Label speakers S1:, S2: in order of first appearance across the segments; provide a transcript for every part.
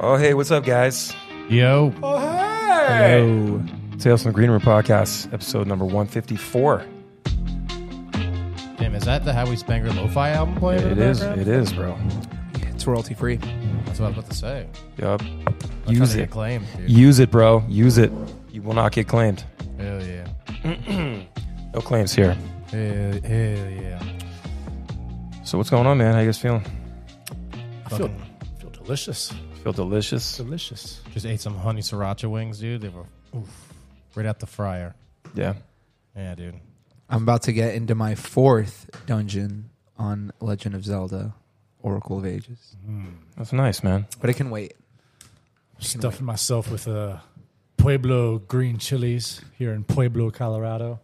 S1: Oh, hey, what's up, guys?
S2: Yo.
S1: Oh, hey!
S2: Yo.
S1: Tales from the Green Room podcast, episode number 154.
S2: Damn, is that the Howie Spangler Lo-Fi album playing? in
S1: It
S2: the
S1: is,
S2: background?
S1: it is, bro.
S3: It's royalty free.
S2: That's what I was about to say.
S1: Yup.
S2: That's how
S1: Use
S2: they
S1: it.
S2: get claimed, dude.
S1: Use it, bro. Use it. You will not get claimed.
S2: Hell yeah.
S1: No claims here.
S2: Hell, hell yeah.
S1: So, what's going on, man? How you guys feeling?
S3: I feel, feel delicious.
S1: Feel delicious?
S3: Delicious.
S2: Just ate some honey sriracha wings, dude. They were oof, right out the fryer.
S1: Yeah.
S2: Yeah, dude.
S4: I'm about to get into my fourth dungeon on Legend of Zelda Oracle of Ages.
S1: That's nice, man.
S4: But it can wait.
S5: stuffing myself with uh, Pueblo green chilies here in Pueblo, Colorado.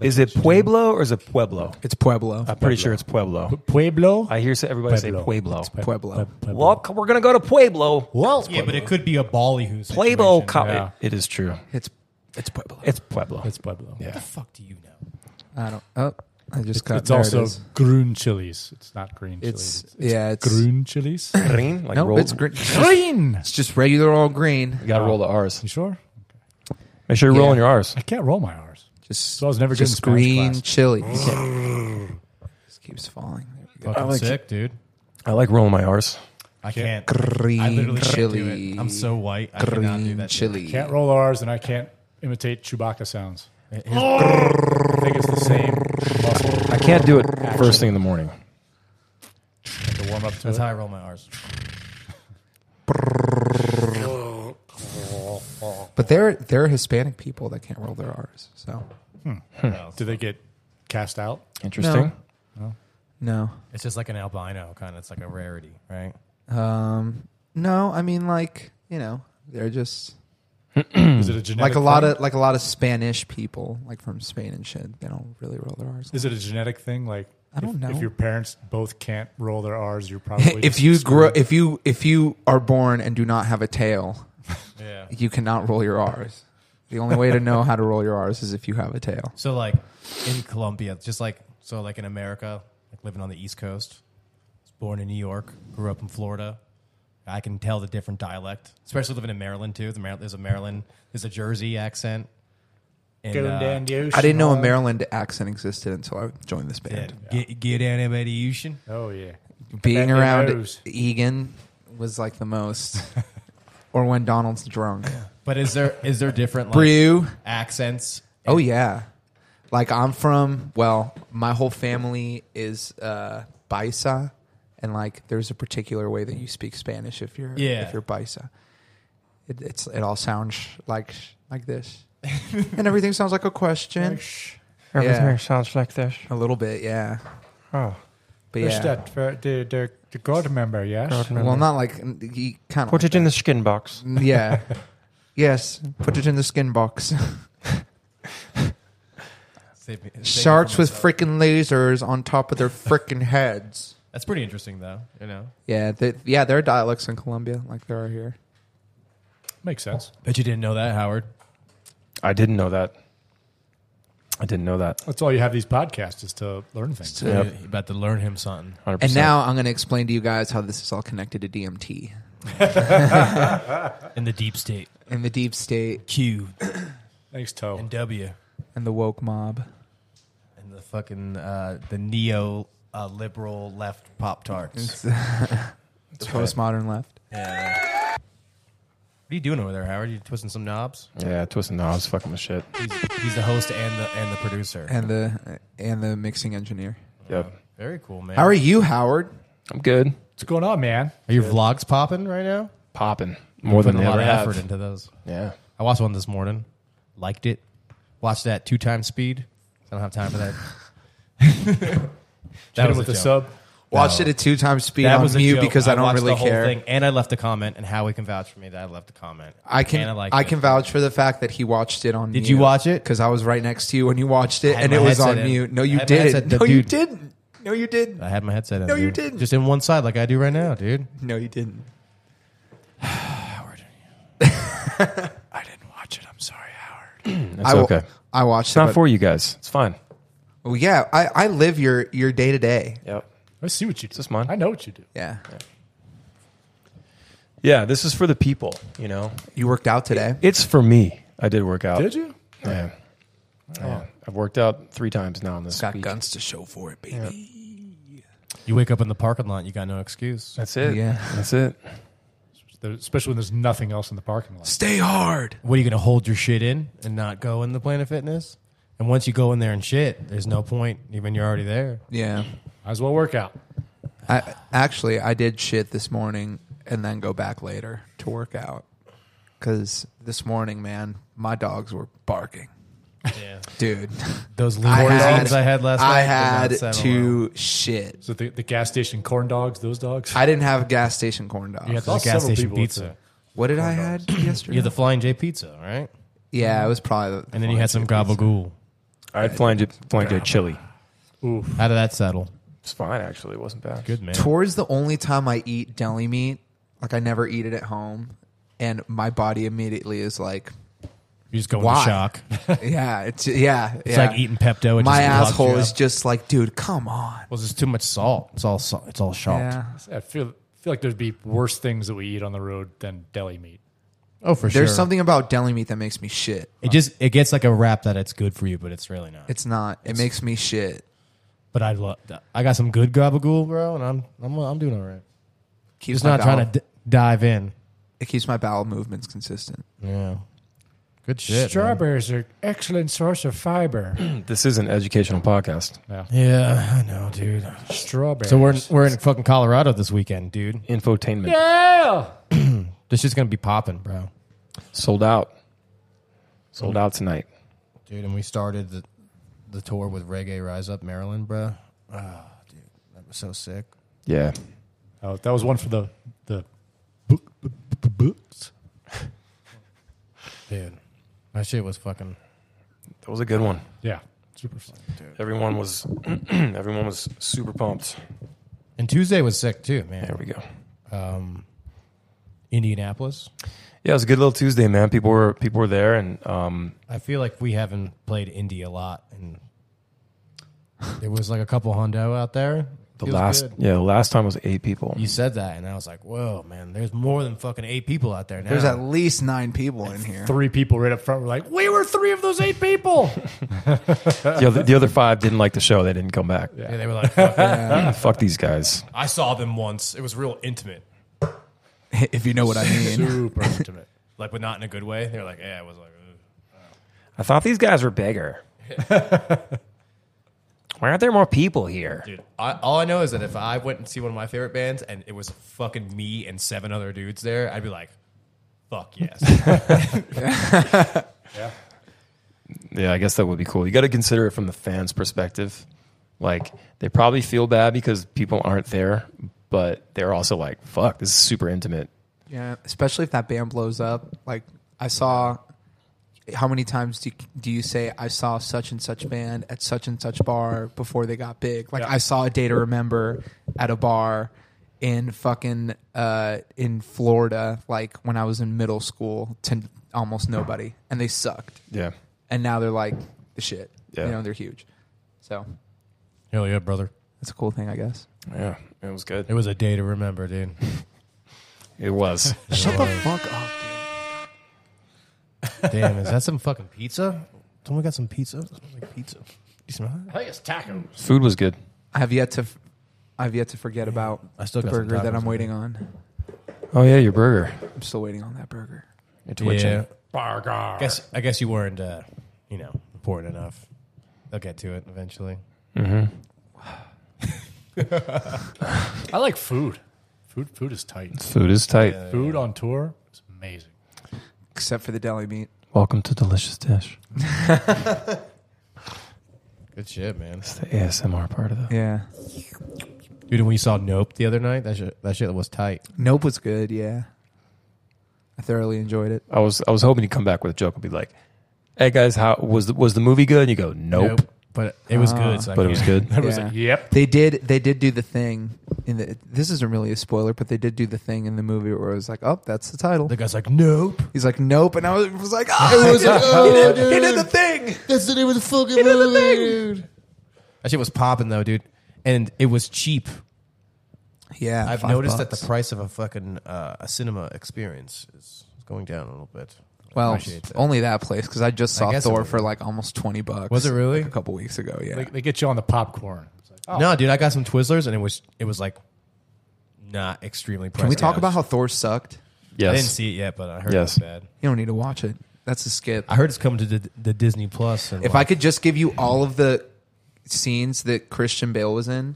S1: Is it Pueblo or is it Pueblo?
S4: It's Pueblo.
S1: I'm pretty sure it's Pueblo.
S5: Pueblo?
S1: I hear everybody say
S5: Pueblo.
S1: Pueblo.
S4: Pueblo.
S1: Well, c- we're going to go to Pueblo.
S5: Well,
S2: Yeah, but it could be a Bali who's
S1: Pueblo. Co-
S5: yeah.
S1: it- it is true.
S4: It's it's Pueblo.
S1: It's Pueblo.
S5: it's Pueblo.
S1: Yeah.
S2: the fuck do you know?
S4: I don't. Oh, I just got.
S5: It's
S4: there it
S5: also
S4: is.
S5: green chilies. It's not green
S4: It's,
S5: chilies.
S4: yeah. It's
S5: green chilies.
S1: green? Like
S4: No,
S1: roll,
S4: it's green.
S5: green.
S4: It's just regular old green.
S1: You got to roll the R's.
S5: You sure?
S1: Make sure you're
S4: Yeah.
S1: rolling your R's.
S5: I can't roll my R's.
S4: Just
S5: So I was never good in
S4: just
S5: Spanish
S4: green
S5: class.
S4: chili. You can't- just keeps falling.
S2: Fucking sick, dude.
S1: I like rolling my R's.
S2: I can't. I
S4: Green
S2: literally can't do
S4: chili.
S2: it. I'm so white. I cannot do
S4: green
S2: that.
S4: chili.
S5: Can't roll R's, and I can't imitate Chewbacca sounds. I think it's the same muscle.
S1: I can't do it first thing in the morning.
S5: I have to warm up to
S2: That's
S5: it.
S2: how I roll my R's.
S4: But there there are Hispanic people that can't roll their R's. So
S5: Do they get cast out?
S1: Interesting.
S4: no.
S2: It's just like an albino kind of. It's like a rarity, right?
S4: Um, no, I mean like you know they're just
S5: Is it a genetic
S4: like a lot
S5: thing?
S4: of like a lot of Spanish people like from Spain and shit. They don't really roll their R's.
S5: Is it a genetic thing? Like,
S4: I don't
S5: if,
S4: know.
S5: If your parents both can't roll their R's, you're probably
S4: If
S5: just
S4: you
S5: screwed.
S4: grow, if you if you are born and do not have a tail,
S2: Yeah.
S4: you cannot roll your R's. The only way to know how to roll your R's is if you have a tail.
S2: So like in Colombia, just like so like in America, like living on the East Coast, was born in New York, grew up in Florida. I can tell the different dialect, especially living in Maryland too. The Mar- there's a Maryland, there's a Jersey accent. And,
S5: Going
S2: uh,
S5: down the ocean.
S4: I didn't know a
S5: huh?
S4: Maryland accent existed until I joined this
S2: yeah,
S4: band.
S2: Get, get down there by the ocean.
S5: Oh yeah.
S4: Being
S5: Bend your
S4: around
S5: nose.
S4: Egan was like the most. or when Donald's drunk,
S2: But is there is there different like
S4: brew.
S2: accents?
S4: Oh yeah. Like I'm from well, my whole family is uh Baisa and like there's a particular way that you speak Spanish if you're
S2: Yeah.
S4: if you're Baisa. It it's it all sounds like like this. and everything sounds like a question. Yeah.
S1: sounds like this.
S4: A little bit, yeah.
S1: Oh,
S4: But
S5: Just
S4: yeah.
S5: that for the the the God member, yes.
S4: Well, not like he kind of like
S1: in the skin box.
S4: that. Yeah. yes, put it in the skin box.
S2: Save me- save me
S4: Sharks
S2: from
S4: with
S2: myself.
S4: freaking lasers on top of their freaking heads.
S2: That's pretty interesting though. You know,
S4: Yeah, they, yeah, there are dialects in Colombia like there are here.
S5: Makes sense.
S2: bet you didn't know that, Howard.
S1: I didn't know that. I didn't know that.
S5: That's all you have these podcasts is to learn things.
S4: So-
S2: You- you about to learn him something.
S1: 100%.
S4: And now I'm going to explain to you guys how this is all connected to DMT
S2: In the deep state,
S4: and the deep state
S2: Q
S5: Thanks, Toe.
S2: and W.
S4: and the woke mob.
S2: and the fucking uh, the neo uh, liberal left pop tarts.
S4: The postmodern left.
S2: what are you doing over there, Howard? You twisting some knobs?
S1: yeah, twisting knobs, fucking with shit.
S2: He's, he's the host and the and the producer.
S4: And the and the mixing engineer.
S1: Yep.
S2: Very cool, man.
S4: How are you, Howard?
S1: I'm good.
S5: What's going on, man?
S2: Are your vlogs popping right now?
S1: Popping more than
S2: Putting
S1: I
S2: a lot
S1: ever
S2: of
S1: have.
S2: effort into those.
S1: yeah.
S2: I watched one this morning. Liked it. Watched that two times speed. I don't have time for that.
S5: Hit
S2: that
S5: him
S2: was
S5: with
S2: a
S5: the
S2: joke.
S5: sub.
S4: Watched it at two times speed
S2: That
S4: on
S2: was a
S4: mute
S2: joke.
S4: because I don't
S2: watched
S4: really
S2: the whole
S4: care.
S2: Thing, and I left a comment, and Howie can vouch for me that I left a comment.
S4: I
S2: And
S4: can
S2: I,
S4: I,
S2: liked it.
S4: can vouch for the fact that he watched it on.
S2: Did you watch it?
S4: Because I was right next to you when you watched it,
S2: I had
S4: and
S2: my
S4: it was
S2: headset
S4: on
S2: in.
S4: mute. No,
S2: I
S4: you
S2: had my
S4: didn't.
S2: headset in.
S4: No, you
S2: Dude.
S4: didn't. No, you didn't.
S2: I had my headset in.
S4: No, you
S2: dude.
S4: didn't.
S2: Just in one side, like I do right now, dude.
S4: No, you didn't.
S5: I didn't watch it. I'm sorry, Howard.
S1: That's
S4: I wa-
S1: okay.
S4: I watched
S1: It's
S4: it.
S1: not
S4: but-
S1: for you guys. It's fine.
S4: Well, yeah, I, I live your your day to day.
S1: Yep.
S5: I see what you do.
S1: this mine?
S5: I know what you do.
S4: Yeah.
S1: Yeah, this is for the people, you know.
S4: You worked out today.
S1: It's for me. I did work out.
S5: Did you?
S1: Yeah. Yeah. I've worked out three times now in this
S4: Got
S1: week.
S4: guns to show for it, baby.
S2: You wake up in the parking lot, you got no excuse.
S1: That's it.
S4: Yeah.
S1: That's it.
S5: There- especially when there's nothing else in the parking lot.
S4: Stay hard.
S2: What are you going to hold your shit in and not go in the Planet Fitness? And once you go in there and shit, there's no point. Even you're already there.
S4: Yeah.
S5: Might as well work out.
S4: I actually I did shit this morning and then go back later to work out because this morning, man, my dogs were barking,
S2: Yeah.
S4: dude.
S2: Those
S4: I
S2: limousines I, had last night.
S4: I
S2: did not
S4: had
S2: settle well.
S4: to shit.
S5: So the, the gas station corn dogs, those dogs.
S4: I didn't have gas station corn dogs.
S5: You had
S2: There's a gas
S5: several
S2: station
S5: people with
S2: pizza.
S4: what did I had
S2: You
S4: yesterday?
S2: had the Flying J pizza, right?
S4: yeah, it was probably.
S2: And then you had some gabagool.
S1: I had flying flying to chili.
S5: the- Oof.
S2: How did that settle?
S1: It's fine actually. It wasn't bad.
S2: Good man.
S4: Towards the only time I eat deli meat, like I never eat it at home, and my body immediately is like,
S2: You're just going
S4: Why?
S2: to shock.
S4: yeah, it's yeah,
S2: It's
S4: yeah.
S2: like eating Pepto. It
S4: my
S2: just clogs you
S4: asshole is
S2: up.
S4: just like, dude, come on.
S2: Well, there's too much salt. It's all salt. It's all salt.
S4: Yeah.
S5: I feel feel like there'd be worse things that we eat on the road than deli meat.
S2: Oh, for sure.
S4: There's something about deli meat that makes me shit.
S2: It just it gets like a rap that it's good for you, but it's really not.
S4: It's not. It makes me shit.
S2: but I love. I got some good gabagool, bro, and I'm I'm I'm doing all right.
S4: Keeps
S2: Just
S4: my
S2: not
S4: bowel,
S2: trying to d- dive in.
S4: It keeps my bowel movements consistent.
S2: Yeah. Good shit.
S5: Strawberries are excellent source of fiber.
S1: Hmm, This is an educational podcast
S2: man. Yeah, I know, dude.
S5: Strawberries.
S2: So we're in, we're in fucking Colorado this weekend, dude.
S1: infotainment
S5: yeah.
S2: This shit's gonna be popping, bro.
S1: sold out. Sold out tonight.
S2: Dude, and we started the, the tour with Reggae Rise Up Maryland, bro. Oh, dude, that was so sick.
S1: Yeah.
S5: Oh, that was one for the the book, b- b- books.
S2: Dude, that shit was fucking.
S1: That was a good one.
S5: Yeah, super fun.
S1: Everyone was everyone was super pumped.
S2: And Tuesday was sick too,
S1: There
S2: man.
S1: we go.
S2: Um, Indianapolis.
S1: Yeah, it was a good little Tuesday, man. People were people were there and um
S2: I feel like we haven't played indie a lot, and there was like a couple hundo out there.
S1: the
S2: Feels
S1: last
S2: good.
S1: yeah, the last time was eight people.
S2: you said that, and I was like, "Whoa, man! There's more than fucking eight people out there now."
S4: There's at least nine people in here.
S5: Three people right up front were like, "We were three of those eight people."
S1: the, other, the other five didn't like the show. They didn't come back.
S2: Yeah, they were like, fucking-
S1: Fuck these guys.
S2: "I saw them once. It was real intimate,
S4: If you know what I mean.
S5: super intimate.
S2: like, but not in a good way." They were like, "Yeah, it was like." Ugh.
S1: I thought these guys were bigger. Why aren't there more people here?
S2: Dude, I, all I know is that if I went and see one of my favorite bands and it was fucking me and seven other dudes there, I'd be like, "Fuck yes!"
S1: Yeah, I guess that would be cool. You got to consider it from the fans' perspective. Like they probably feel bad because people aren't there, but they're also like, "Fuck, this is super intimate."
S4: Yeah, especially if that band blows up. Like I saw, how many times do do you say I saw such and such band at such and such bar before they got big? Like
S5: Yeah.
S4: I saw a day to remember at a bar in fucking uh in Florida, like when I was in middle school to almost nobody, and they sucked,
S1: Yeah,
S4: and now they're like the shit.
S1: Yeah.
S4: You know, they're huge. So
S2: Hell yeah, brother!
S4: that's a cool thing, I guess.
S1: yeah, it was good.
S2: It was a day to remember, dude.
S1: It was.
S4: Shut the fuck up, dude.
S2: Damn, is that some fucking pizza? Someone got some pizza. It smells like pizza. You smell
S5: I
S2: it?
S5: think it's tacos.
S1: Food was good.
S4: I have yet to, f- I've yet to forget about
S2: I still
S4: the
S2: got some
S4: burger that
S2: tacos
S4: I'm
S2: in
S4: waiting on.
S1: Oh yeah, your burger.
S4: I'm still waiting on that burger.
S1: You're twitching.
S2: Yeah.
S5: Burger.
S2: I guess I guess you weren't, uh, you know, important enough. They'll get to it eventually.
S5: I like food. Food, food is tight.
S1: Food is tight.
S2: uh,
S5: Food on tour is amazing.
S4: except for the deli meat.
S1: Welcome to Delicious Dish.
S2: Good shit, man.
S1: It's the ASMR part of the.
S4: Yeah.
S2: Dude, and we saw Nope the other night. That shit, that shit was tight.
S4: Nope was good. Yeah. I thoroughly enjoyed it.
S1: I was I was hoping to come back with a joke and be like, "Hey guys, how was the, was the movie good?" And you go, "Nope,",
S2: But it was
S4: Ah.
S2: good. So I
S1: but it was
S2: can't-
S1: good.
S5: That was
S4: Yeah.
S5: like, yep.
S4: They did. They did do the thing. In the this isn't really a spoiler, but they did do the thing in the movie where it was like, "Oh, that's the title."
S2: The guy's like, Nope.
S4: He's like, "Nope," and I was, was like, "Oh, he, did, he did- he did the thing."
S2: That's the name of the fucking movie, dude. That shit was popping though, dude, and it was cheap.
S4: Yeah,
S2: I've
S4: five
S2: noticed that
S4: bucks.
S2: the price of a fucking uh, a cinema experience is going down a little bit. I
S4: well,
S2: appreciate that.
S4: only that place because I just
S2: I
S4: saw
S2: guess it
S4: Thor
S2: would.
S4: for like almost twenty bucks.
S2: Was it really?
S4: like, a couple weeks ago? Yeah,
S5: They, they get you on the popcorn. It's like, oh,
S2: No, dude, I got some Twizzlers and it was it was like not extremely.
S4: Can we
S2: pricey.
S4: talk
S2: I
S4: about
S2: was-
S4: how Thor sucked?
S1: Yes.
S2: I didn't see it yet, but I heard
S1: Yes.
S2: it's bad.
S4: You don't need to watch it. That's a skip.
S2: I heard it's coming to the, the Disney Plus. And
S4: if I could just give you all of the scenes that Christian Bale was in,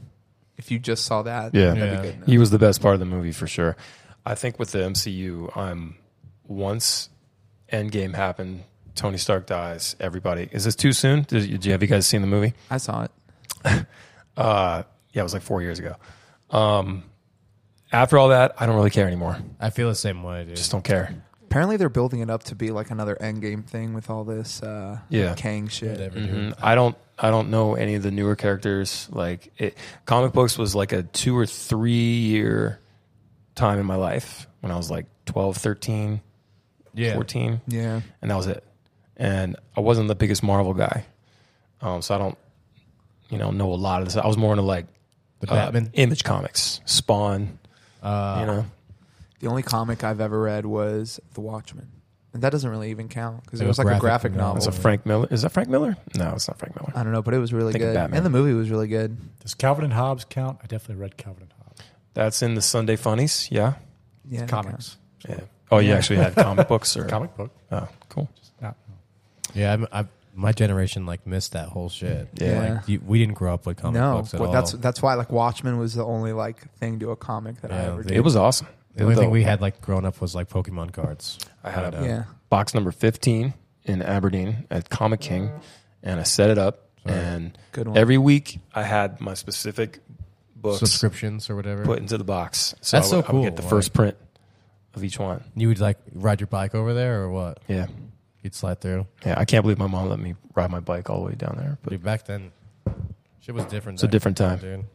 S4: if you just saw that,
S1: Yeah.
S4: that'd
S2: Yeah.
S4: be good. enough.
S1: He was the best part of the movie for sure. I think with the MCU, I'm once Endgame happened, Tony Stark dies, everybody. Is this too soon? Did, did you, have you guys seen the movie?
S4: I saw it.
S1: Uh, yeah, it was like four years ago. Um, after all that, I don't really care anymore.
S2: I feel the same way, dude.
S1: Just don't care.
S4: Apparently, they're building it up to be like another Endgame thing with all this uh,
S1: Yeah.
S4: Kang shit.
S2: Whatever, dude.
S1: Mhm. I don't. I don't know any of the newer characters. Like it, comic books was like a two or three year time in my life when I was like 12, 13,
S2: Yeah,
S1: 14.
S4: Yeah,
S1: and that was it. And I wasn't the biggest Marvel guy, um, so I don't, you know, know a lot of this. I was more into like
S2: the
S1: uh,
S2: Batman.
S1: Image Comics, Spawn.
S2: Uh,
S1: you know,
S4: the only comic I've ever read was The Watchmen, and that doesn't really even count because it
S2: Like a
S4: was like a
S2: graphic
S4: graphic
S2: novel.
S4: novel.
S1: it's a Frank Miller. Is that Frank Miller? No, it's not Frank Miller.
S4: I don't know, but it was really
S1: Think of
S4: good,
S1: Batman.
S4: and the movie was really good.
S5: does Calvin and Hobbes count? I definitely read Calvin and Hobbes.
S1: That's in the Sunday Funnies. Yeah.
S4: Yeah,
S5: Comics,
S1: Yeah. Oh, you actually had comic books or
S5: comic book.
S1: Oh, cool.
S5: Not,
S2: yeah. I'm, I, my generation like missed that whole shit.
S1: Yeah.
S4: Yeah.
S2: Like, you, we didn't grow up with comic
S4: no,
S2: books at
S4: but
S2: all.
S4: that's that's why like Watchmen was the only like thing to a comic that I
S2: Yeah,
S4: ever
S2: they-
S4: did.
S1: It was awesome.
S2: the only
S1: Though,
S2: thing we had like growing up was like Pokemon cards.
S1: I had a
S4: yeah,
S1: box number fifteen in Aberdeen at Comic King, and I set it up.
S2: Sorry.
S1: And
S4: good one.
S1: every week I had my specific books.
S2: subscriptions or whatever.
S1: put into the box. So
S2: That's
S1: I would,
S2: so
S1: I would get
S2: cool,
S1: the
S2: like-
S1: first print of each one.
S2: you would like ride your bike over there or what?
S1: Yeah.
S2: You'd slide through.
S1: Yeah. I can't believe my mom let me ride my bike all the way down there. But
S2: Dude, back then, shit was different.
S1: It's a
S2: back
S1: different
S2: then, dude.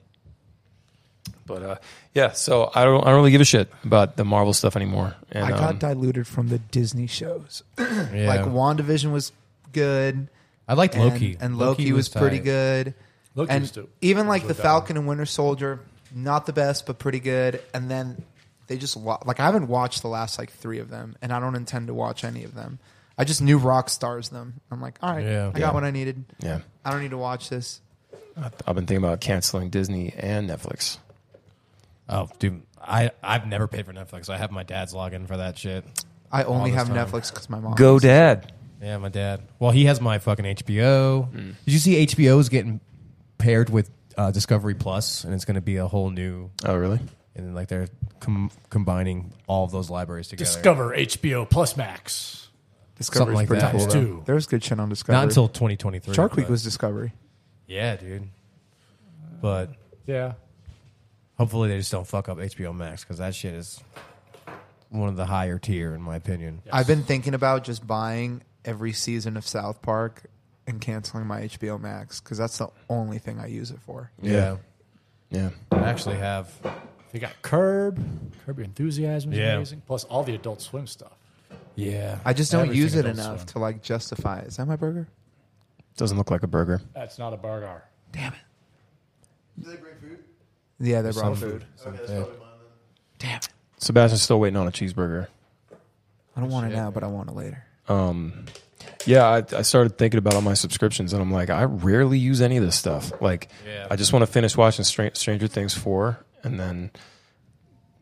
S1: but uh, yeah, so I don't I don't really give a shit about the Marvel stuff anymore. And
S4: I got
S1: um,
S4: diluted from the Disney shows.
S2: Yeah.
S4: Like WandaVision was good.
S2: I liked
S4: and-
S2: Loki.
S4: And, Loki, was, pretty
S2: tight.
S4: good.
S5: Loki
S4: and
S5: was dope.
S4: even like
S5: Loki
S4: the
S5: was dope.
S4: Falcon and Winter Soldier, not the best, but pretty good. And then they just wa- like I haven't watched the last like three of them, and I don't intend to watch any of them. I just knew Rock stars them. I'm like, all right,
S2: Yeah.
S4: I
S2: Yeah.
S4: got what I needed.
S1: yeah,
S4: I don't need to watch this.
S1: I- I've been thinking about canceling Disney and Netflix.
S2: Oh, dude, I I've never paid for Netflix. I have my dad's login for that shit.
S4: I only
S2: this
S4: have
S2: time.
S4: Netflix because my mom.
S1: Go Dad.
S2: Yeah, my dad. Well, he has my fucking HBO. Did you see HBO is getting paired with uh, Discovery Plus, and it's going to be a whole new
S1: Oh really?
S2: and then, like they're com- combining all of those libraries together.
S5: Discover HBO Plus Max
S4: Discovery's
S2: like
S4: pretty
S2: that.
S4: cool.
S5: Times
S4: though.
S5: two.
S4: There was good shit on Discovery.
S2: Not until 2023.
S4: Shark Week
S2: but-
S4: was Discovery.
S2: Yeah, dude. But
S5: Yeah,
S2: hopefully they just don't fuck up HBO Max because that shit is one of the higher tier in my opinion.
S4: I've been thinking about just buying every season of South Park and canceling my HBO Max because that's the only thing I use it for.
S1: Yeah. Yeah.
S2: I actually have.
S5: they got Curb. Curb Your Enthusiasm is
S2: Yeah.
S5: amazing. Plus all the Adult Swim stuff.
S2: Yeah,
S4: I just don't
S5: Everything
S4: use it
S5: Adult
S4: enough
S5: Swim.
S4: to like justify. Is that my burger?
S1: Doesn't look like a burger.
S5: That's not a burger.
S4: Yeah, they
S2: Some
S4: brought food.
S1: Sebastian's still waiting on a cheeseburger.
S4: I don't want it now, but I want it later.
S1: um yeah I, I started thinking about all my subscriptions and i'm like i rarely use any of this stuff like
S2: Yeah.
S1: i just want to finish watching Str- stranger things 4 and then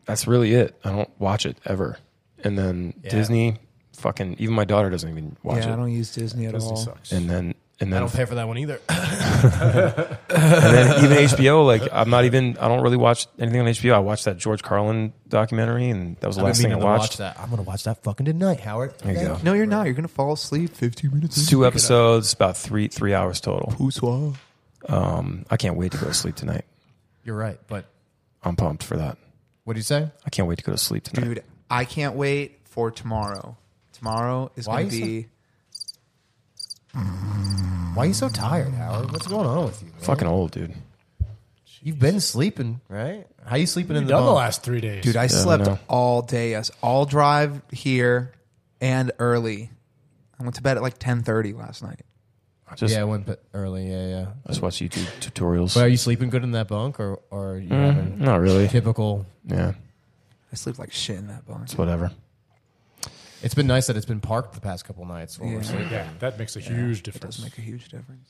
S1: that's really it i don't watch it ever and then
S2: Yeah.
S1: disney fucking even my daughter doesn't even watch
S4: yeah, I
S1: it
S4: don't use Disney at
S5: Disney
S4: all.
S5: sucks.
S1: and then and
S2: I
S1: then,
S2: don't pay for that one either.
S1: and then even HBO, like I'm not even, I don't really watch anything on HBO. I watched that George Carlin documentary, and that was the last thing I watched.
S2: that. I'm gonna watch that fucking tonight, Howard.
S1: There you go.
S4: No, you're not. You're gonna fall asleep 15 minutes.
S1: It's two episodes, about three three hours total. Um, I can't wait to go to sleep tonight.
S2: You're right. But
S1: I'm pumped for that.
S2: what do you say?
S1: I can't wait to go to sleep tonight.
S4: Dude, I can't wait for tomorrow. Tomorrow is
S2: Why
S4: gonna
S2: you so-
S4: be.
S2: Why are you so tired, Howard? What's going on with you? man?
S1: Fucking old, dude.
S2: You've been sleeping, right? How you sleeping in
S5: You've
S2: the
S5: done the
S2: bunk?
S5: last three days,
S4: Dude, I slept
S1: no.
S4: all day. I s- all drive here and early. I went to bed at like 10:30 last night.
S1: I just
S2: yeah, I went but early. Yeah, yeah.
S1: I just watch YouTube tutorials.
S2: But are you sleeping good in that bunk, or, or are you
S1: Mm,
S2: having
S1: not really.
S2: typical?
S1: Yeah,
S4: I sleep like shit in that bunk.
S1: it's whatever.
S2: It's been nice that it's been parked the past couple nights while we're
S4: Yeah.
S2: sleeping.
S5: Yeah, that makes a huge
S4: It
S5: difference.
S4: does make a huge difference.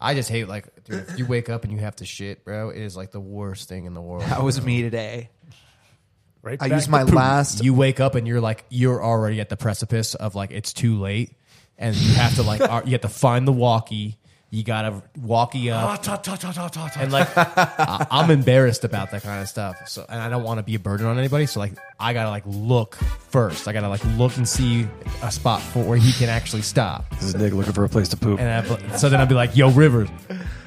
S2: I just hate like, dude, if you wake up and you have to shit, bro, it is like the worst thing in the world.
S4: That was me today.
S5: right
S4: I
S5: back
S4: used
S5: to
S4: my
S5: poop.
S4: last.
S2: You wake up and you're like, you're already at the precipice of like, it's too late, and you have to like, ar- you have to find the walkie. You gotta walkie up,
S5: Ah, ta, ta, ta, ta, ta, ta.
S2: and like, I, I'm embarrassed about that kind of stuff. So, and I don't want to be a burden on anybody. So, like, I gotta like look first. I gotta like look and see a spot for where he can actually stop.
S1: This is Nick looking for a place to poop.
S2: And I, so then I'll be like, "Yo, Rivers,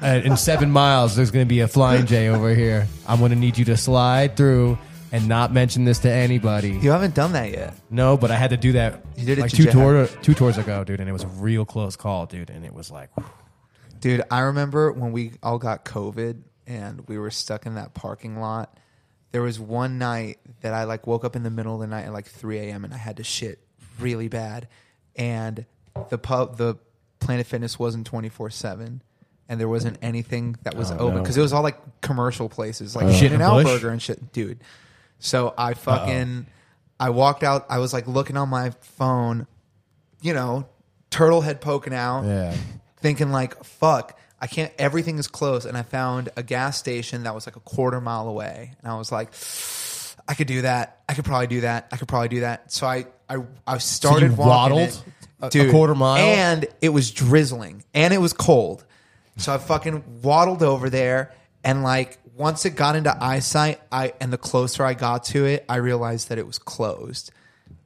S2: uh, in seven miles, there's going to be a flying J over here. I'm going to need you to slide through and not mention this to anybody."
S4: You haven't done that yet.
S2: No, but I had to do that
S4: You did it
S2: like
S4: to
S2: two
S4: Jack.
S2: tour, two tours ago, dude, and it was a real close call, dude. And it was like,
S4: Dude, I remember when we all got COVID and we were stuck in that parking lot. There was one night that I like woke up in the middle of the night at like 3 a.m. and I had to shit really bad. And the pub, the Planet Fitness wasn't 24 7. And there wasn't anything that was
S1: Oh,
S4: open
S1: no. Oh.
S4: because it was all like commercial places, like
S2: Shit
S4: shit
S2: in a
S4: and
S2: bush?
S4: Burger and shit, dude. So I fucking, I walked out. I was like looking on my phone, you know, turtle head poking out
S2: yeah,
S4: thinking like fuck i can't everything is closed and i found a gas station that was like a quarter mile away and i was like i could do that i could probably do that i could probably do that so i i, I started walking
S2: waddled
S4: it. Uh,
S2: a- a quarter mile?
S4: and it was drizzling and it was cold so i fucking waddled over there and like once it got into eyesight i and the closer i got to it i realized that it was closed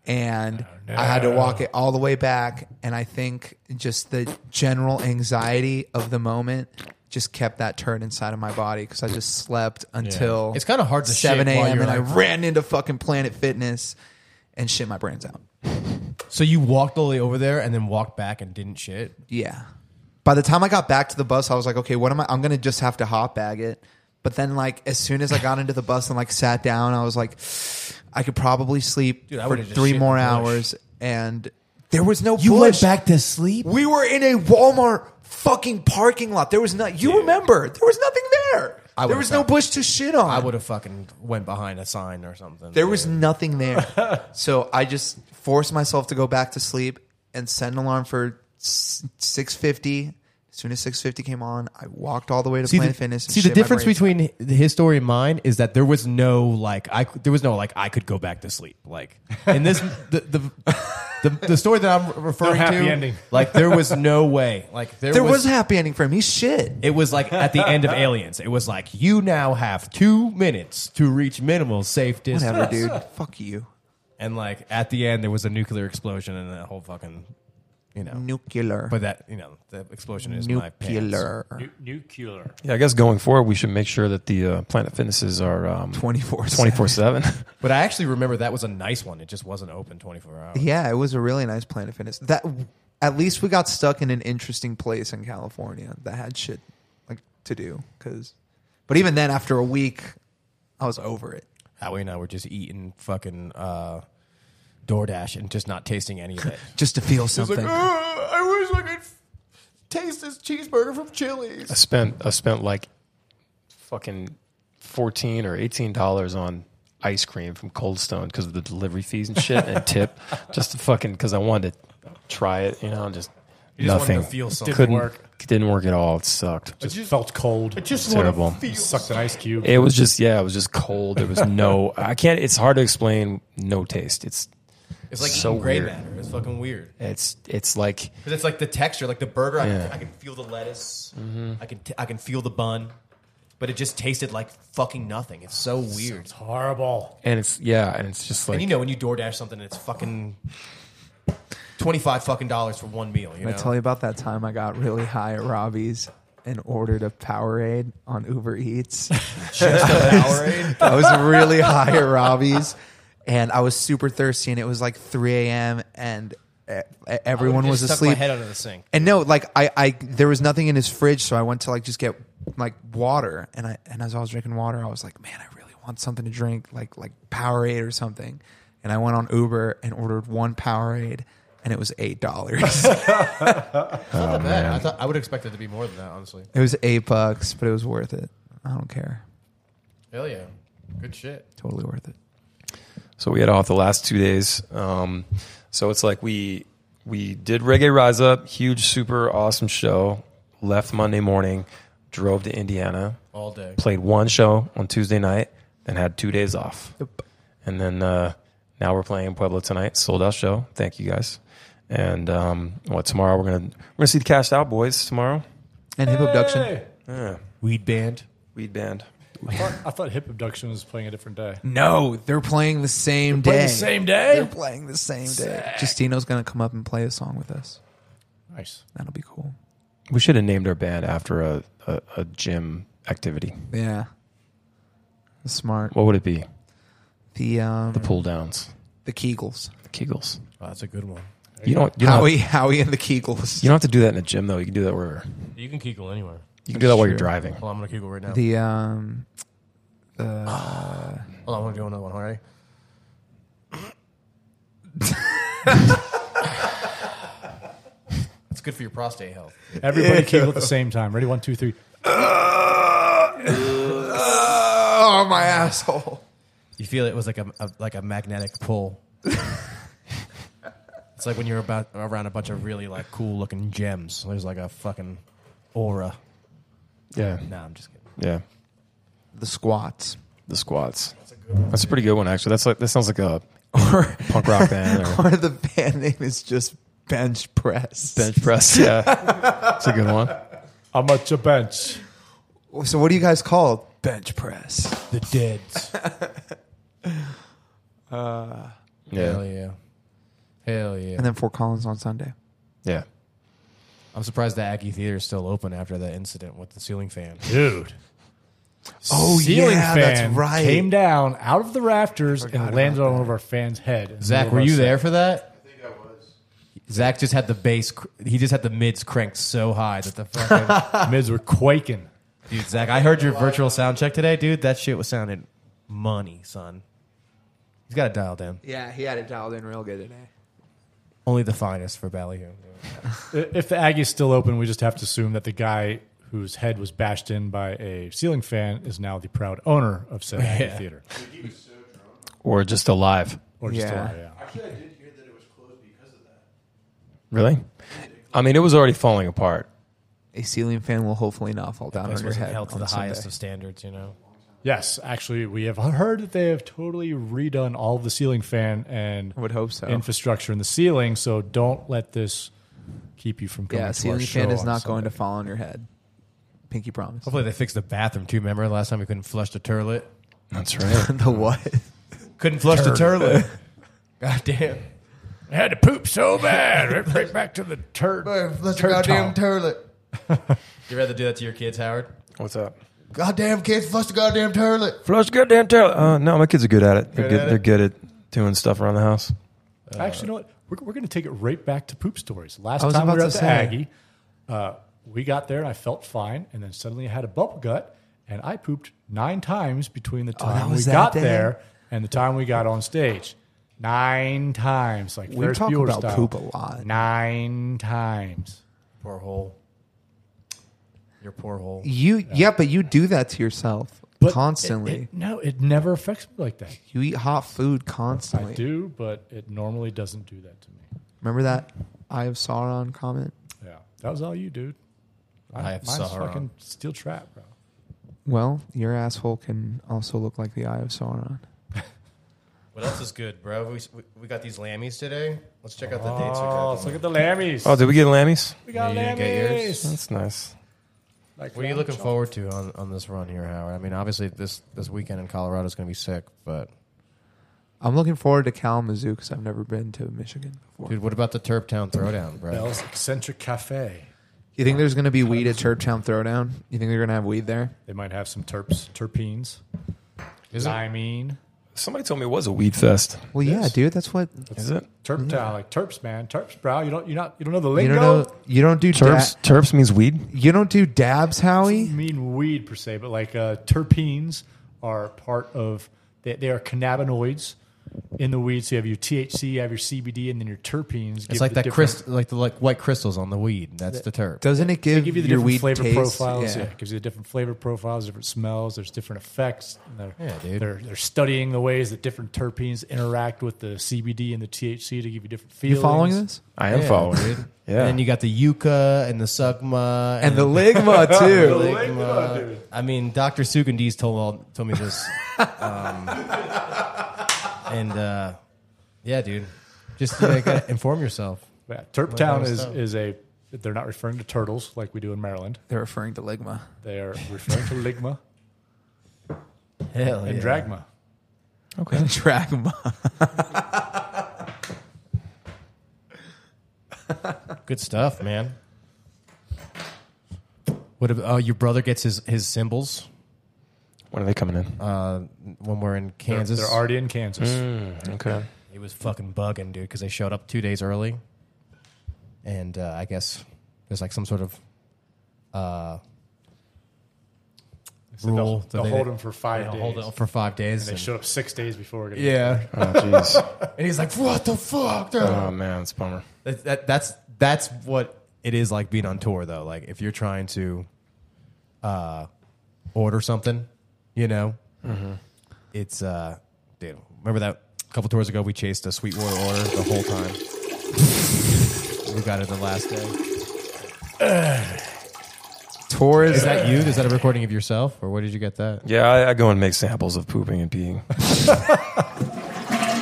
S4: and I had
S2: Oh,
S4: to walk it all the way back. And I think just the general anxiety of the moment just kept that turn inside of my body because I just slept until
S2: It's kinda hard to shit
S4: seven
S2: while
S4: a.m.
S2: you're
S4: and I
S2: like-
S4: ran into fucking Planet Fitness and shit my brains out.
S2: so you walked all the way over there and then walked back and didn't shit.
S4: Yeah. By the time I got back to the bus, I was like, okay, what am I? I'm gonna just have to hot bag it. But then, like, as soon as I got into the bus and like sat down, I was like, I could probably sleep
S2: Dude, I
S4: for
S2: would've just
S4: three
S2: shit in
S4: more
S2: the bush.
S4: hours. And there was no.
S2: You went
S4: bush.
S2: back to sleep.
S4: We were in a Walmart fucking parking lot. There was not. You remember? There was nothing there.
S2: I
S4: there
S2: would've
S4: was no
S2: found-
S4: bush to shit on.
S2: I would have fucking went behind a sign or something.
S4: There was
S2: dude.
S4: nothing there. so I just forced myself to go back to sleep and set an alarm for six fifty. As soon as six fifty came on, I walked all the way to
S2: See
S4: Planet
S2: the,
S4: Fitness. and
S2: see the
S4: shit my
S2: difference
S4: brains
S2: between hi- his story and mine is that there was no like I c- there was no like I could go back to sleep like in this the the, the, the story that I'm referring
S5: happy
S2: to
S5: ending.
S2: like there was no way like there,
S4: out. There was
S2: was
S4: a happy ending for him. He's shit.
S2: it was like at the end of Aliens it was like you now have two minutes to reach minimal safe distance
S4: Whatever, dude. Fuck you.
S2: and like at the end there was a nuclear explosion and that whole fucking you know
S4: Nuclear.
S2: but that you know the explosion is my pants.
S4: nuclear.
S5: nuclear.
S1: Yeah, I guess going forward, we should make sure that the uh, Planet Fitnesses are um,
S4: 24/7.
S1: 24 7.
S2: but I actually remember that was a nice one it just wasn't open twenty four hours.
S4: Yeah, it was a really nice Planet Fitness. That at least we got stuck in an interesting place in California that had shit like to do. Cause, but even then, after a week, I was over it.
S2: Howie and I were just eating fucking uh, DoorDash and just not tasting any of it.
S4: Just to feel something.
S2: I wish I could f- taste this cheeseburger from
S1: I
S2: Chili's.
S1: spent I spent like fucking 14 or $18 on ice cream from Cold Stone because of the delivery fees and shit and tip. Just to fucking because I wanted to try it, you know, and just
S2: just wanted
S1: nothing.
S2: to feel something.
S1: Couldn't,
S5: Didn't work.
S1: Didn't work at all. It sucked.
S5: Just, felt cold. It
S2: Just
S1: Terrible.
S2: wanna feel-
S5: sucked an ice cube.
S1: It was just yeah, it was just cold. There was no I can't it's hard to explain no taste. It's
S2: It's like
S1: So
S2: eating gray
S1: weird.
S2: matter. It's fucking weird.
S1: it's it's like
S2: Because it's like the texture, like the burger. I,
S1: Yeah.
S2: can, I can feel the lettuce.
S4: Mm-hmm.
S2: I can t- I can feel the bun, but it just tasted like fucking nothing. It's so weird.
S5: it's horrible.
S1: and it's yeah, and it's just like
S2: and you know when you DoorDash something, and it's fucking twenty five fucking dollars for one meal. You know?
S4: I tell you about that time I got really high at Robbie's and ordered a Powerade on Uber Eats.
S2: Powerade.
S4: I was really high at Robbie's, and I was super thirsty, and it was like 3 a.m. and e- everyone was
S2: Just stuck
S4: asleep.
S2: My head under the sink.
S4: And no, like I, I, there was nothing in his fridge, so I went to like just get like water, and I, and as I was drinking water, I was like, man, I really want something to drink, like like Powerade or something, and I went on Uber and ordered one Powerade, and it was eight dollars. Oh,
S2: Not that bad. I, thought, I would expect it to be more than that, honestly.
S4: it was eight bucks, but it was worth it. I don't care.
S2: Hell yeah. Good shit.
S4: Totally worth it.
S1: So we had off the last two days. Um, so it's like we we did Reggae Rise Up, huge, super awesome show. Left Monday morning, drove to Indiana,
S2: All day.
S1: played one show on Tuesday night, then had two days off.
S4: Yep.
S1: And then uh, now we're playing in Pueblo tonight, sold out show. Thank you guys. And um, what tomorrow we're gonna we're gonna see the Cashed Out Boys tomorrow.
S4: And hip abduction.
S2: Weed band.
S1: Weed band.
S5: I thought, I thought hip abduction was playing a different day.
S4: No, they're playing the same day.
S5: Playing the same day.
S4: They're playing the same day. Justino's gonna come up and play a song with us.
S5: Nice.
S4: That'll be cool.
S1: We should have named our band after a, a, a gym activity.
S4: Yeah. Smart.
S1: What would it be?
S4: The um
S1: The
S4: the,
S1: pull downs,
S4: Kegels.
S1: the Kegels.
S2: Oh, that's a good one.
S1: You Ah, don't you don't, have,
S4: Howie, Howie, and the Kegels.
S1: you don't have to do that in a gym though. You can do that where
S2: You can Kegel anywhere.
S1: you can do that while you're
S4: Sure.
S1: driving.
S2: Hold on, I'm going to Kegel right now.
S4: The um, the
S2: Hold on, I'm going to do another one, all right? That's good for your prostate health.
S5: Everybody kegel at the same time. Ready? One, two, three.
S4: oh my asshole.
S2: You feel it was like a, a- like a magnetic pull. it's like when you're about around a bunch of really like cool looking gems. There's like a fucking aura.
S1: Yeah,
S2: Nah, I'm just kidding.
S1: yeah.
S4: The squats.
S1: The squats. That's a, pretty good one actually. That's like that sounds like a
S4: Or
S1: punk rock band or
S4: or the band name is just bench press.
S1: bench press. Yeah, it's a good one.
S5: How much a bench?
S4: So what do you guys call it? bench press?
S5: The deads.
S1: Yeah,
S4: Uh,
S2: Hell yeah. Hell yeah.
S4: And then Fort Collins on Sunday.
S1: yeah.
S2: I'm surprised the Aggie Theater is still open after that incident with the ceiling fan.
S5: Dude.
S4: Oh,
S5: Ceiling
S4: yeah, that's
S5: fan
S4: right.
S5: Came down out of the rafters
S4: forgot
S5: and landed
S4: about
S5: on one of our fans' head.
S2: Zach, were you there for that? I think I was. Zach just had the bass. cr- He just had the mids cranked so high that the fucking
S5: Mids were quaking.
S2: dude. Zach, I heard your virtual sound check today, dude. That shit was sounding money, son. He's got it dialed in.
S4: Yeah, he had it dialed in real good today.
S2: Only the finest for Ballyhoo.
S5: If the Aggie's still open, we just have to assume that the guy whose head was bashed in by a ceiling fan is now the proud owner of said Aggie
S2: Yeah.
S5: Theater.
S1: Or just alive.
S5: Or just
S4: Yeah.
S5: a lie, yeah.
S6: Actually, I did hear that it was closed because of that.
S1: Really? I mean, it was already falling apart.
S4: A ceiling fan will hopefully not fall down
S2: This
S4: on your
S2: was
S4: head.
S2: held to
S4: on
S2: the
S4: Sunday.
S2: highest of standards, you know.
S5: Yes, actually, we have heard that they have totally redone all of the ceiling fan and
S4: I would hope so.
S5: infrastructure in the ceiling. So don't let this keep you from coming.
S4: yeah,
S5: to our
S4: ceiling
S5: show
S4: fan is
S5: on
S4: not
S5: Sunday.
S4: going to fall on your head. Pinky promise.
S2: Hopefully they fixed the bathroom too. Remember last time we couldn't flush the toilet?
S1: That's right.
S4: the what?
S2: Couldn't flush the toilet. God damn.
S5: I had to poop so bad. Right, right back to the turd. turd towel.
S2: toilet. you rather do that to your kids, Howard?
S1: What's up?
S2: Goddamn kids, flush the goddamn toilet.
S1: Flush goddamn toilet. Uh, no, my kids are good at it. They're
S2: Good
S1: good.
S2: at
S1: they're
S2: it?
S1: good at doing stuff around the house.
S5: Actually, you know what? We're, we're going to take it right back to poop stories. Last
S4: I was
S5: time we
S4: about
S5: were
S4: to
S5: at the
S4: say.
S5: Aggie, uh, we got there and I felt fine, and then suddenly I had a bubble gut, and I pooped nine times between the time we
S4: was Oh, that
S5: got
S4: day?
S5: there and the time we got on stage. Nine times, like
S4: We
S5: Ferris
S4: talk
S5: Bueller
S4: about
S5: style.
S4: poop a lot.
S5: Nine times.
S2: Poor hole. Your poor hole.
S4: You yeah. but you do that to yourself
S5: But
S4: constantly.
S5: it- it- no, it never affects me like that.
S4: you eat hot food
S5: I
S4: constantly.
S5: do, but it normally doesn't do that to me.
S4: Remember that Eye of Sauron comment?
S5: Yeah, that was all you, dude.
S2: I have
S5: Mine's
S2: Sauron.
S5: fucking steel trap, bro.
S4: Well, your asshole can also look like the Eye of Sauron.
S2: What else is good, bro? We, we, we got these lammies today. Let's check out the dates. we
S5: Oh,
S2: got
S5: let's
S2: going
S5: look at the lammies.
S1: Oh, did we get lammies?
S5: we got
S2: Yeah, you didn't get yours?
S5: lammies.
S1: That's nice.
S5: Like
S2: What are you looking forward to on, on this run here, Howard? I mean, obviously this, this weekend in Colorado is going to be sick, but
S4: I'm looking forward to Kalamazoo because I've never been to Michigan before.
S2: dude, what about the Turp Town Throwdown, bro?
S5: Bell's Eccentric Cafe.
S4: You think there's going to be weed at Churchtown Throwdown? You think they're going to have weed there?
S5: They might have some terps, terpenes.
S2: Is it?
S5: I mean,
S1: Somebody told me it was a weed fest.
S4: Well, yeah,
S5: Yes.
S4: dude. That's what
S1: Is it?
S2: Mm-hmm.
S5: terp town, like terps, man, terps, bro. You don't, you not, you don't know the
S4: you
S5: lingo.
S4: don't know. You don't do
S1: Terps.
S4: da-
S1: terps means weed.
S4: you don't do dabs, Howie.
S5: mean weed per se, but like uh, terpenes are part of they, they are cannabinoids in the weed. So you have your THC, you have your CBD, and then your terpenes.
S2: It's like that crystal, like the like white crystals on the weed. That's the terp.
S4: Doesn't it give,
S5: Give you the
S4: your
S5: different
S4: weed
S5: flavor
S4: taste?
S5: profiles. Yeah. it gives you the different flavor profiles, different smells. There's different effects. And They're,
S2: Yeah, dude.
S5: They're, they're studying the ways that different terpenes interact with the CBD and the THC to give you different feelings.
S4: You following this?
S1: I am following.
S2: dude.
S1: Yeah.
S2: And then you got the yucca and the sugma
S4: And the ligma too.
S2: ligma. I mean, Dr. Sugandis told all, told me this. um, and uh, yeah, dude, just like, uh, inform yourself.
S5: Yeah, Terp Town
S2: that
S5: is,
S2: stuff.
S5: is a. They're not referring to turtles like we do in Maryland.
S4: They're referring to ligma.
S5: They are referring to ligma
S2: Hell
S5: and
S2: Oh, yeah.
S5: dragma.
S4: Okay. Dragma.
S2: Good stuff, man. What? ab- Oh, your brother gets his his symbols
S1: When are they coming in?
S2: uh, when we're in
S5: They're,
S2: Kansas. Mm.
S5: they're already in Kansas.
S1: Mm, okay.
S2: It was fucking bugging, dude, because they showed up two days early, and uh, I guess there's like some sort of uh,
S5: So they'll-
S2: rule. that
S5: They'll,
S2: they-
S5: hold them for five
S2: they'll
S5: days.
S2: hold it for five days.
S5: They
S2: and-
S5: showed up six days before. We're gonna
S2: yeah,
S1: Oh jeez.
S2: and he's like, "What the fuck?" dude?"
S1: oh man, it's a bummer.
S2: That, that, that's that's what it is like being on tour, though. Like if you're trying to uh, order something, you know, Mm-hmm. it's uh, dude. Remember that a couple tours ago, we chased a Sweetwater order the whole time. we got it the last day.
S4: Taurus.
S2: Is that you? Is that a recording of yourself, or where did you get that?
S1: Yeah, I, I go and make samples of pooping and peeing.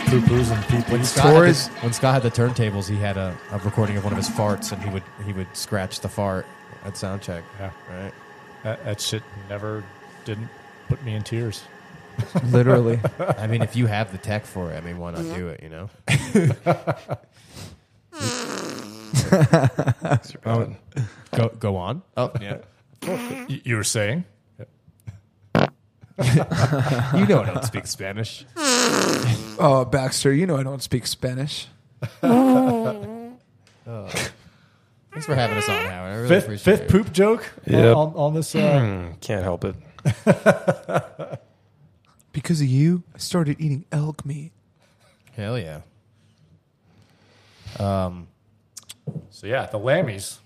S5: poo poos and pee pees.
S2: Scott had the-
S4: Torres-
S2: when Scott had the turntables, he had a, a recording of one of his farts, and he would he would scratch the fart at sound check.
S5: Yeah.
S2: Right.
S5: That, that shit never didn't put me in tears.
S4: Literally.
S2: I mean, if you have the tech for it, I mean, why not do it? You know.
S1: Oh,
S2: Go go on. Oh yeah.
S5: Y- You were saying?
S2: You know I don't speak Spanish.
S4: oh, Baxter, you know I don't speak Spanish.
S2: Thanks for having us on, Howard. I really
S5: Fifth,
S2: appreciate
S5: fifth
S2: it. Hmm.
S5: poop joke
S1: Yep.
S5: on, on, on this. Uh,
S1: can't help it.
S4: Because of you, I started eating elk meat.
S2: Hell yeah.
S5: so yeah, the lammies.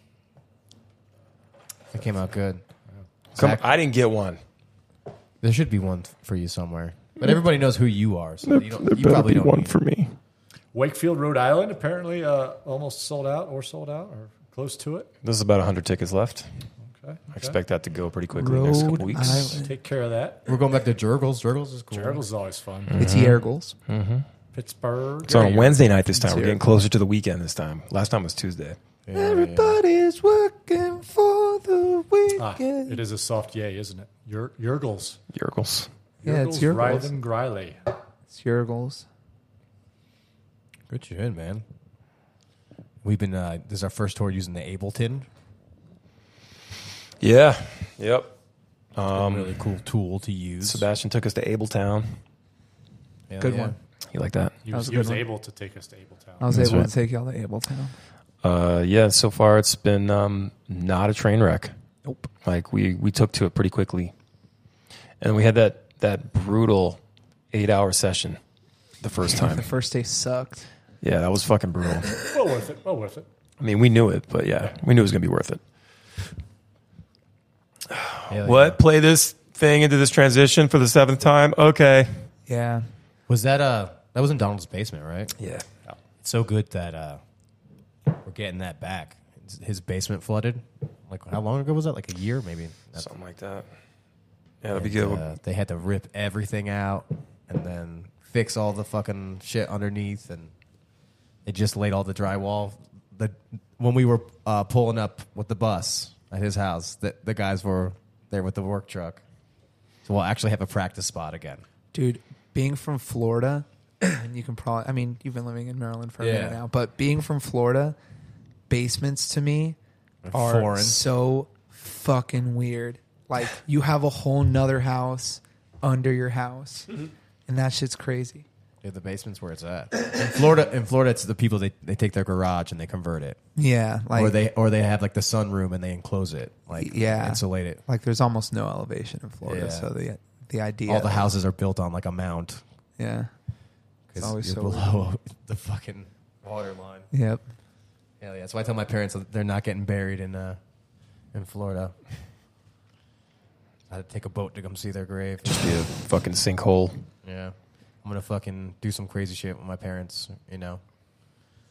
S2: It came out good.
S1: Come,
S2: Zach-
S1: I didn't get one.
S2: There should be one for you somewhere, but everybody knows who you are, so you don't. You probably don't. need it.
S1: me.
S5: Wakefield, Rhode Island, apparently uh, almost sold out or sold out or close to it.
S1: There's about 100 tickets left.
S5: Okay.
S1: I expect that to go pretty quickly next couple weeks.
S5: okay. Take care of that.
S2: We're going back to Jurgles. Jurgles is cool.
S5: Turtles is always fun.
S4: It's Yergles.
S5: Pittsburgh.
S1: It's on a Wednesday night this time. We're getting closer to the weekend this time. Last time was Tuesday.
S2: Yeah, yeah.
S4: Everybody's working for the
S5: Ah,
S4: weekend.
S5: it is a soft yay, isn't it? Yur- Yurgles.
S1: Yerkles.
S4: Yeah, it's Yergles.
S5: Ryland and Griley.
S4: It's Yergles.
S2: Good shit, man. We've been uh, this is our first tour using the Ableton,
S1: Yeah. Yep.
S2: um, really cool tool to use.
S1: Sebastian took us to Abletown.
S2: Hell
S4: Good
S2: yeah.
S4: one.
S1: You like that?
S5: He
S4: That
S5: was,
S4: was a
S5: he
S4: good
S5: was
S4: one.
S5: able to take us to Abletown.
S4: I was
S1: That's
S4: able
S1: right.
S4: to take y'all to Abletown.
S1: Uh, yeah, so far it's been um, not a train wreck.
S4: Nope.
S1: Like we we took to it pretty quickly, and we had that that brutal eight hour session the first time.
S4: The first day sucked.
S1: yeah, that was fucking brutal.
S5: well worth it. Well worth it.
S1: I mean, we knew it, but yeah, we knew it was gonna be worth it.
S2: Hell yeah.
S1: What? Play this thing into this transition for the seventh time? Okay.
S4: Yeah.
S2: was that? Uh, that was in Donald's basement, right?
S1: Yeah.
S2: It's so good that uh, we're getting that back. His basement flooded. Like how long ago was that? Like a year, maybe. That's-
S1: Something like that. Yeah, that'd be good.
S2: uh, they had to rip everything out and then fix all the fucking shit underneath, and they just laid all the drywall. The when we were uh, pulling up with the bus at his house, the, the guys were there with the work truck, so we'll actually have a practice spot again.
S4: Dude, being from Florida, and you can probably, I mean, you've been living in Maryland for a
S2: Yeah.
S4: minute now, but being from Florida, basements to me are
S2: foreign.
S4: so fucking weird. Like, you have a whole nother house under your house,
S2: Mm-hmm.
S4: and that shit's crazy.
S2: Dude, the basement's where it's at. In Florida, in Florida, it's the people they, they take their garage and they convert it,
S4: Yeah. Like,
S2: or they or they have like the sunroom and they enclose it, like
S4: Yeah.
S2: insulate it.
S4: like there's almost no elevation in Florida.
S2: Yeah.
S4: So the, the idea.
S2: All the houses are built on like a mound.
S4: Yeah. It's always
S2: you're
S4: so
S2: below the fucking water line.
S4: Yep.
S2: Hell yeah! That's why I tell my parents that they're not getting buried in uh, in Florida. I had to take a boat to come see their grave.
S1: Be a fucking sinkhole.
S2: Yeah, I'm gonna fucking do some crazy shit with my parents. You know,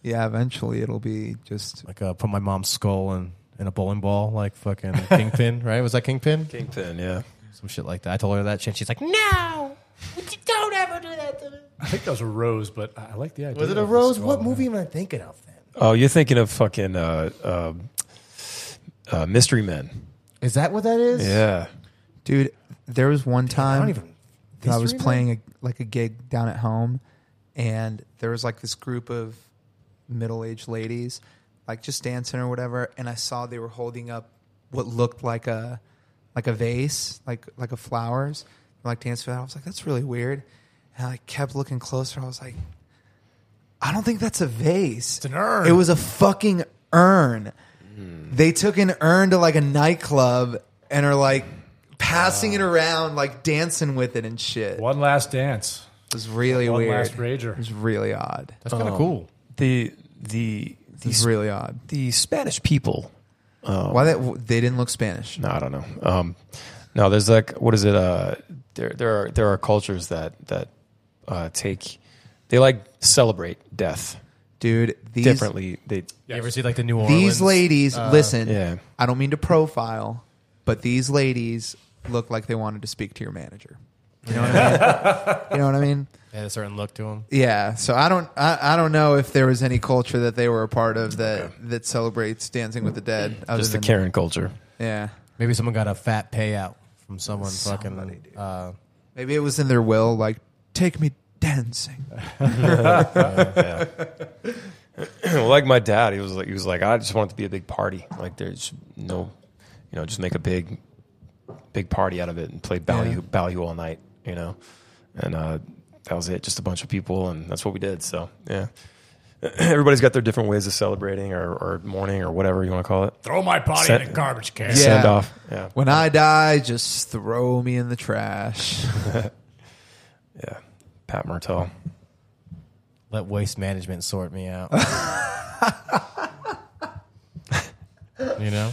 S4: Yeah. Eventually, it'll be just
S2: like uh, put my mom's skull in in a bowling ball, like fucking kingpin. Right? Was that kingpin?
S1: Kingpin, yeah.
S2: Some shit like that. I told her that shit. She's like, no, don't ever do that to me.
S5: I think that was a rose, but I I like the idea.
S2: Was it a
S5: of the
S2: rose?
S5: skull,
S2: What
S5: man.
S2: movie am I thinking of then?
S1: Oh, you're thinking of fucking uh, um uh, Mystery Men.
S2: Is that what that is?
S1: Yeah.
S4: dude. There was one
S2: I
S4: time
S2: don't even.
S4: that I was
S2: History, man?
S4: playing a, like a gig down at home, and there was like this group of middle aged ladies, like just dancing or whatever. And I saw they were holding up what looked like a like a vase, like like a flowers, like dancing for that. I was like, that's really weird. And I like, kept looking closer. I was like, I don't think that's a vase. It's
S2: an urn.
S4: It was a fucking urn. They took an urn to like a nightclub and are like passing it around, like dancing with it and shit.
S5: One last dance.
S4: It was really
S5: One
S4: weird. Mm.
S5: last
S4: It
S5: rager.
S4: was really odd. It
S2: That's
S1: Oh,
S2: kind of cool.
S1: Um, The the the,
S4: was
S1: Sp-
S4: really odd.
S1: the Spanish people.
S4: Why that they didn't look Spanish?
S1: No, I don't know. Um, no, there's like what is it? Uh, there there are there are cultures that that uh, take they like celebrate death
S4: Dude, these
S1: differently. They
S2: You ever see like the New Orleans?
S4: these ladies listen.
S1: yeah.
S4: I don't mean to profile, but these ladies look like they wanted to speak to your manager. You know what I mean? you know what I mean?
S2: They had a certain look to them.
S4: Yeah. So I don't I, I don't know if there was any culture that they were a part of that that celebrates Dancing with the Dead. Other
S1: just the
S4: than,
S1: Karen culture.
S4: Yeah.
S2: Maybe someone got a fat payout from someone fucking. Uh,
S4: Maybe it was in their will, like take me dancing.
S1: Well, like my dad, he was like, he was like, I just want it to be a big party. Like there's no, you know, just make a big, big party out of it and play Ballyhoo, Ballyhoo all night, you know? And, uh, that was it. Just a bunch of people. And that's what we did. So yeah, everybody's got their different ways of celebrating or, or mourning or whatever you want to call it.
S5: Throw my body
S1: Set-
S5: in a garbage can.
S4: Yeah.
S1: Send off. Yeah.
S4: When I die, just throw me in the trash.
S1: Yeah. Pat Martell.
S2: let waste management sort me out. you know,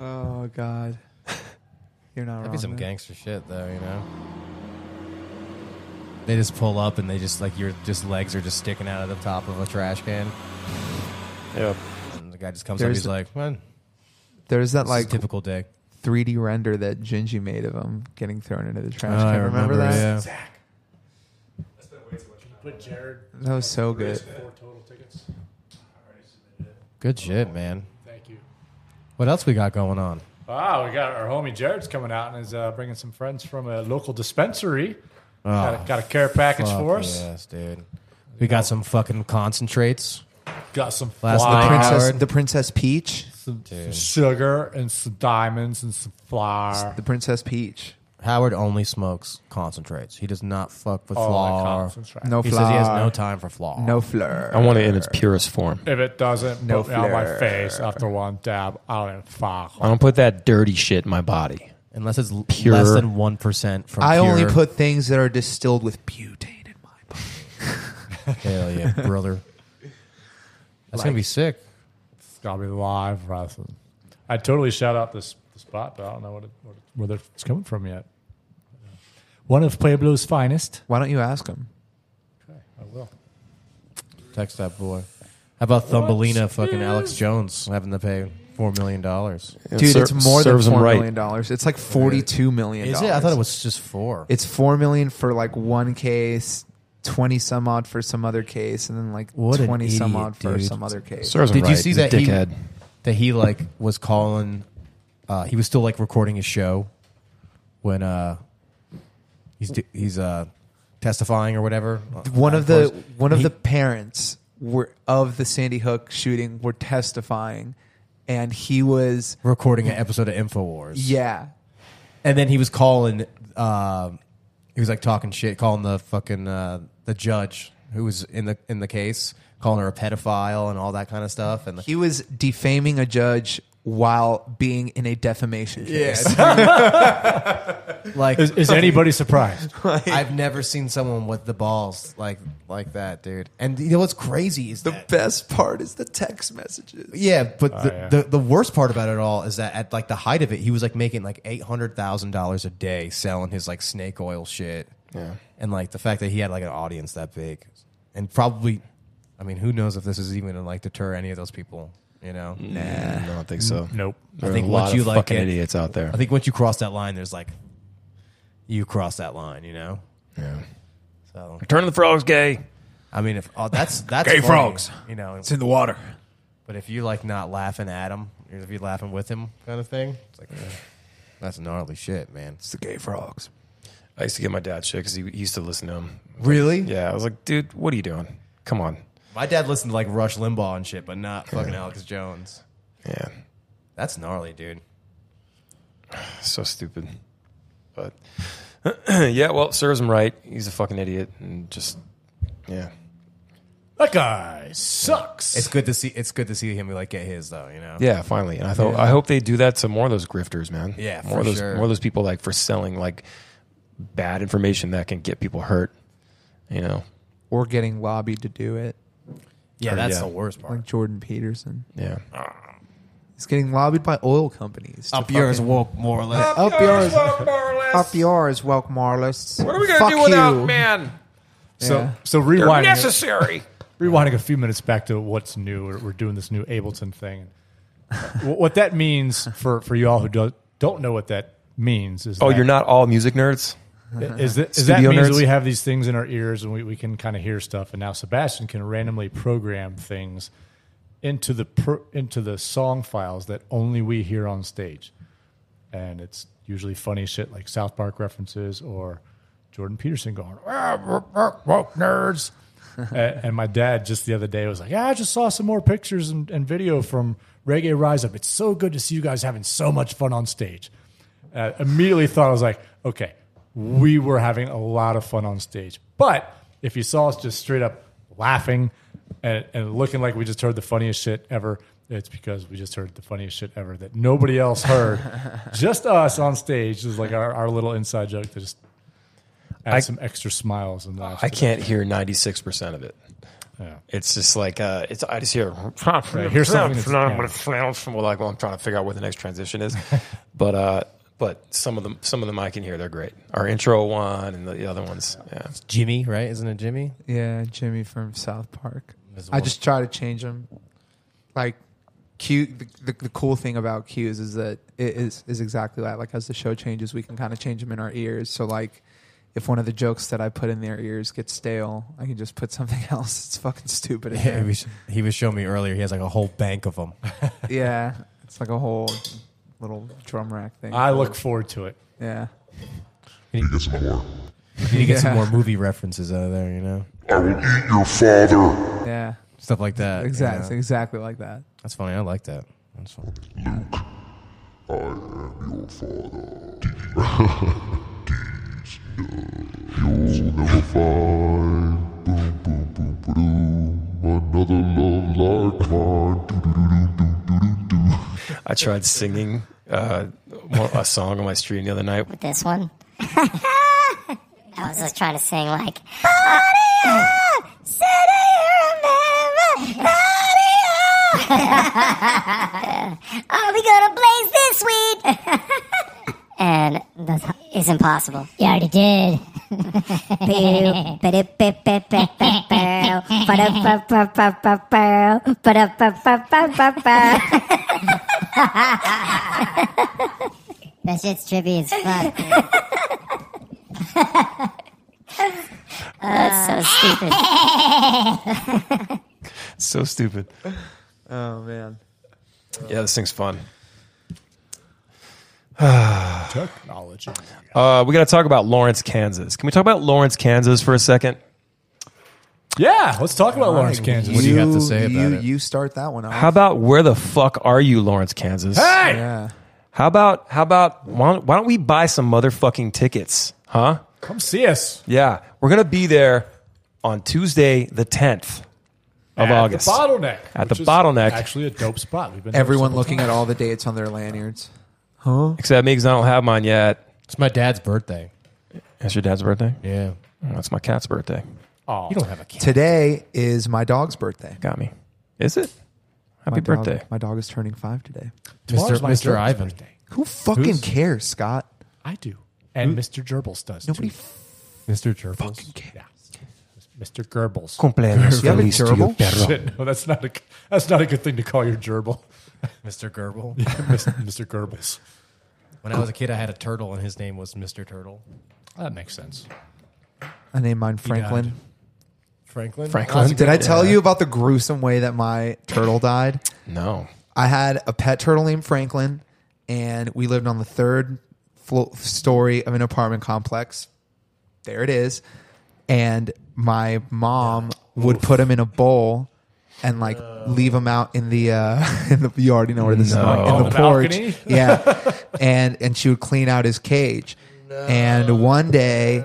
S4: Oh God, you're not
S2: that'd
S4: wrong.
S2: be some
S4: there.
S2: gangster shit though. You know, they just pull up and they just like your just legs are just sticking out of the top of a trash can,
S1: Yeah.
S2: and the guy just comes
S4: There's
S2: up. He's like, "Man,
S4: There's that
S2: like
S4: like
S2: typical day."
S4: 3D render that Gingy made of him getting thrown into the trash.
S2: Oh,
S4: can.
S2: I
S4: remember,
S2: remember,
S4: that?
S5: Zach. That's been way too much. Put Jared.
S4: That was so good.
S5: Four total tickets.
S2: Good shit, man.
S5: Thank you.
S2: What else we got going on?
S5: Wow, we got our homie Jared's coming out and is uh, bringing some friends from a local dispensary.
S4: Oh,
S5: got, a, got a care package
S2: Fuck
S5: for us.
S2: yes, dude. We got some fucking concentrates.
S5: Got some
S2: Last
S5: flowers,
S2: night-
S4: Princess,
S2: Howard.
S4: the Princess Peach.
S5: some, some sugar, and some diamonds and some flour.
S4: The Princess Peach.
S2: Howard only smokes concentrates. He does not fuck with
S5: All that
S2: flour.
S5: concentrate.
S4: No
S2: He
S4: flour.
S2: says he has no time for flour.
S4: no fleur.
S1: I want it in its purest form.
S5: If it doesn't
S4: No
S5: put me on my
S4: flair.
S5: face after one dab, I don't fuck.
S1: I don't put that dirty shit in my body.
S2: unless it's l-
S1: Pure.
S2: less than one percent from.
S4: I
S2: pure-
S4: only put things that are distilled with butane in my body.
S2: Hell yeah, brother. That's gonna be sick.
S5: It's gotta be live wrestling. I totally shout out this the spot, but I don't know what it, what it, where it's coming from yet. One of Pueblo's finest.
S4: Why don't you ask him?
S5: Okay, I will.
S2: Text that boy. How about Thumbelina, fucking Alex Jones, having to pay four million dollars?
S4: Dude,
S1: ser-
S4: it's more than
S1: serves 'em
S4: four
S1: right.
S4: million dollars. It's like forty-two million.
S2: Is it? I thought it was just four.
S4: It's four million for like one case, twenty some odd for some other case, and then like
S2: What an
S4: twenty some
S2: idiot,
S4: odd for
S2: dude.
S4: some other case.
S1: Serves 'em
S2: Did you
S1: right,
S2: see that he-
S1: dickhead?
S2: that he like was calling. Uh, he was still like recording his show when uh, he's do- he's uh, testifying or whatever. uh,
S4: one of the one of
S2: He-
S4: the parents were of the Sandy Hook shooting were testifying, and he was
S2: recording an episode of Infowars.
S4: yeah
S2: and then he was calling um he was like talking shit calling the fucking uh, the judge who was in the in the case calling her a pedophile and all that kind of stuff and the,
S4: he was defaming a judge while being in a defamation case.
S2: Like
S5: Is, is anybody surprised?
S2: I've never seen someone with the balls like like that, dude. And you know what's crazy is
S4: The
S2: that
S4: best part is the text messages.
S2: Yeah, but the,
S5: yeah.
S2: the the worst part about it all is that at like the height of it, he was like making like eight hundred thousand dollars a day selling his like snake oil shit. Yeah, and like the fact that he had like an audience that big, and probably, I mean, who knows if this is even gonna like deter any of those people? You know,
S1: I don't think so.
S5: Nope.
S1: There
S2: think
S1: are a lot
S2: once you
S1: of
S2: like
S1: fucking
S2: it-
S1: idiots out there.
S2: I think once you cross that line, there's like, you cross that line, you know.
S1: yeah.
S2: So
S1: Turn the frogs gay.
S2: I mean, if oh, that's that's
S7: Gay
S2: funny,
S7: frogs.
S2: you know.
S7: in the water.
S2: But if you like not laughing at him, if you're laughing with him, kind of thing, it's like. eh, That's gnarly shit, man.
S7: It's the gay frogs.
S1: I used to get my dad shit because he, he used to listen to him.
S2: Really?
S1: Yeah, I was like, dude, what are you doing? Come on.
S2: My dad listened to like Rush Limbaugh and shit, but not fucking Alex Jones.
S1: Yeah,
S2: That's gnarly, dude.
S1: so stupid. But yeah, well, serves him right. He's a fucking idiot and just yeah.
S5: That guy sucks.
S2: It's good to see. It's good to see him like get his though. You know.
S1: Yeah, finally. And I thought I hope they do that to more of those grifters, man.
S2: Yeah,
S1: more
S2: for
S1: of those
S2: sure.
S1: more of those people like for selling like bad information that can get people hurt. You know.
S4: Or getting lobbied to do it,
S2: Yeah, that's
S1: yeah.
S2: the worst part.
S4: like Jordan Peterson.
S1: Yeah.
S4: He's getting lobbied by oil companies. to fucking- Ah.
S2: woke more or less.
S4: Up yours, up yours, woke Marlists. What are we gonna do without man?
S5: So
S4: Yeah.
S5: so rewinding necessary. rewinding a few minutes back to what's new. We're, we're doing this new Ableton thing. Wh- what that means for for you all who don't don't know what that means is
S1: Oh,
S5: that-
S1: you're not all music nerds?
S5: is that, is that
S1: Studio
S5: means
S1: nerds?
S5: that we have these things in our ears and we, we can kind of hear stuff and now Sebastian can randomly program things into the pro, into the song files that only we hear on stage and it's usually funny shit like South Park references or Jordan Peterson going "Ah, woke- woke- woke nerds A- and my dad just the other day was like yeah I just saw some more pictures and, and video from Reggae Rise Up it's so good to see you guys having so much fun on stage uh, immediately thought I was like, okay, we were having a lot of fun on stage. But if you saw us just straight up laughing and, and looking like we just heard the funniest shit ever, it's because we just heard the funniest shit ever that nobody else heard. just us on stage is like our, our little inside joke to just add
S1: I-
S5: some extra smiles and laughs.
S1: I can't hear 96% of it.
S5: Yeah.
S1: It's just like uh, it's. I just hear.
S5: here's something that's-
S1: Well, like, well, I'm trying to figure out where the next transition is, but uh, but some of them, some of them I can hear. They're great. Our intro one and the other ones. Yeah,
S2: Jimmy, right? Isn't it Jimmy?
S4: Yeah, Jimmy from South Park.
S2: There's
S4: I
S2: one-
S4: just try to change them. Like, Q. The, the, the cool thing about cues is that it is is exactly that. Like, as the show changes, we can kind of change them in our ears. So, like, if one of the jokes that I put in their ears gets stale, I can just put something else. It's fucking stupid. In
S2: Yeah, he
S4: there.
S2: was, he was showing me earlier. He has like a whole bank of them.
S4: yeah, it's like a whole little drum rack thing.
S5: I look forward to it.
S4: yeah.
S2: You need to get some
S4: Yeah.
S2: more movie references out of there, you know,
S8: I will eat your father,
S4: Yeah,
S2: stuff like that. you
S4: exactly,
S2: know?
S4: exactly like that.
S2: That's funny. I like that. That's funny.
S8: Luke. I am your father. Deeds, no. You'll never find boom, boom, boom, boom, another love like mine. Do, do, do, do, do, do, do.
S1: I tried singing uh, one- a song on my stream the other night.
S9: This one? I was just trying to sing like. Are we gonna blaze this weed? and that's, it's impossible. You already did. that shit's trippy as fuck. That's so stupid.
S1: So stupid.
S4: Oh man.
S1: Yeah, this thing's fun.
S5: Technology.
S1: Uh, we got to talk about Lawrence, Kansas. Can we talk about Lawrence, Kansas for a second?
S5: Yeah, let's talk about Lawrence, Kansas.
S2: What do you have to say about
S4: you,
S2: it?
S4: You start that one off.
S1: How about where the fuck are you, Lawrence, Kansas?
S5: Hey!
S4: yeah.
S1: How about how about why don't, why don't we buy some motherfucking tickets, huh?
S5: Come see us.
S1: Yeah, we're gonna be there on Tuesday the tenth. of August.
S5: The bottleneck.
S1: At
S5: which
S1: the
S5: is
S1: bottleneck.
S5: Actually, a dope spot. We've been there
S4: Everyone
S5: several
S4: looking
S5: times.
S4: at all the dates on their lanyards.
S1: Except me because I don't have mine yet.
S10: It's my dad's birthday.
S1: That's your dad's birthday?
S10: Yeah.
S1: Oh, that's my cat's birthday.
S5: Aw.
S10: You don't have a kid.
S4: Today is my dog's birthday.
S1: Got me. Is it? Happy
S4: My dog-
S1: birthday.
S4: my dog is turning five today.
S10: Mr.
S5: Tomorrow's my
S10: Mr.
S5: Gerbils'
S10: Ivan.
S5: birthday.
S4: Who fucking
S5: Who's-
S4: cares, Scott?
S5: I do. And Mr. Gerbils does.
S4: Nobody
S5: too.
S10: Mr. Chirples.
S5: Yeah. Mr. Gerbils.
S4: You have a gerbil?
S5: Shit, no, that's not a that's not a good thing to call your gerbil,
S2: Mr. Gerbil.
S5: Mr. Mr. Gerbils.
S2: When I was a kid, I had a turtle, and his name was Mr. Turtle.
S5: That makes sense.
S4: I named mine Franklin.
S2: died. Franklin.
S1: Franklin?
S4: Did I tell you about the gruesome way that my turtle died?
S1: No.
S4: I had a pet turtle named Franklin, and we lived on the third flo- story of an apartment complex. There it is. And my mom would put him in a bowl and like leave him out in the uh, in the you already know where this is going in
S5: On
S4: the,
S5: the
S4: porch.
S5: balcony?
S4: Yeah, and and she would clean out his cage. And one day.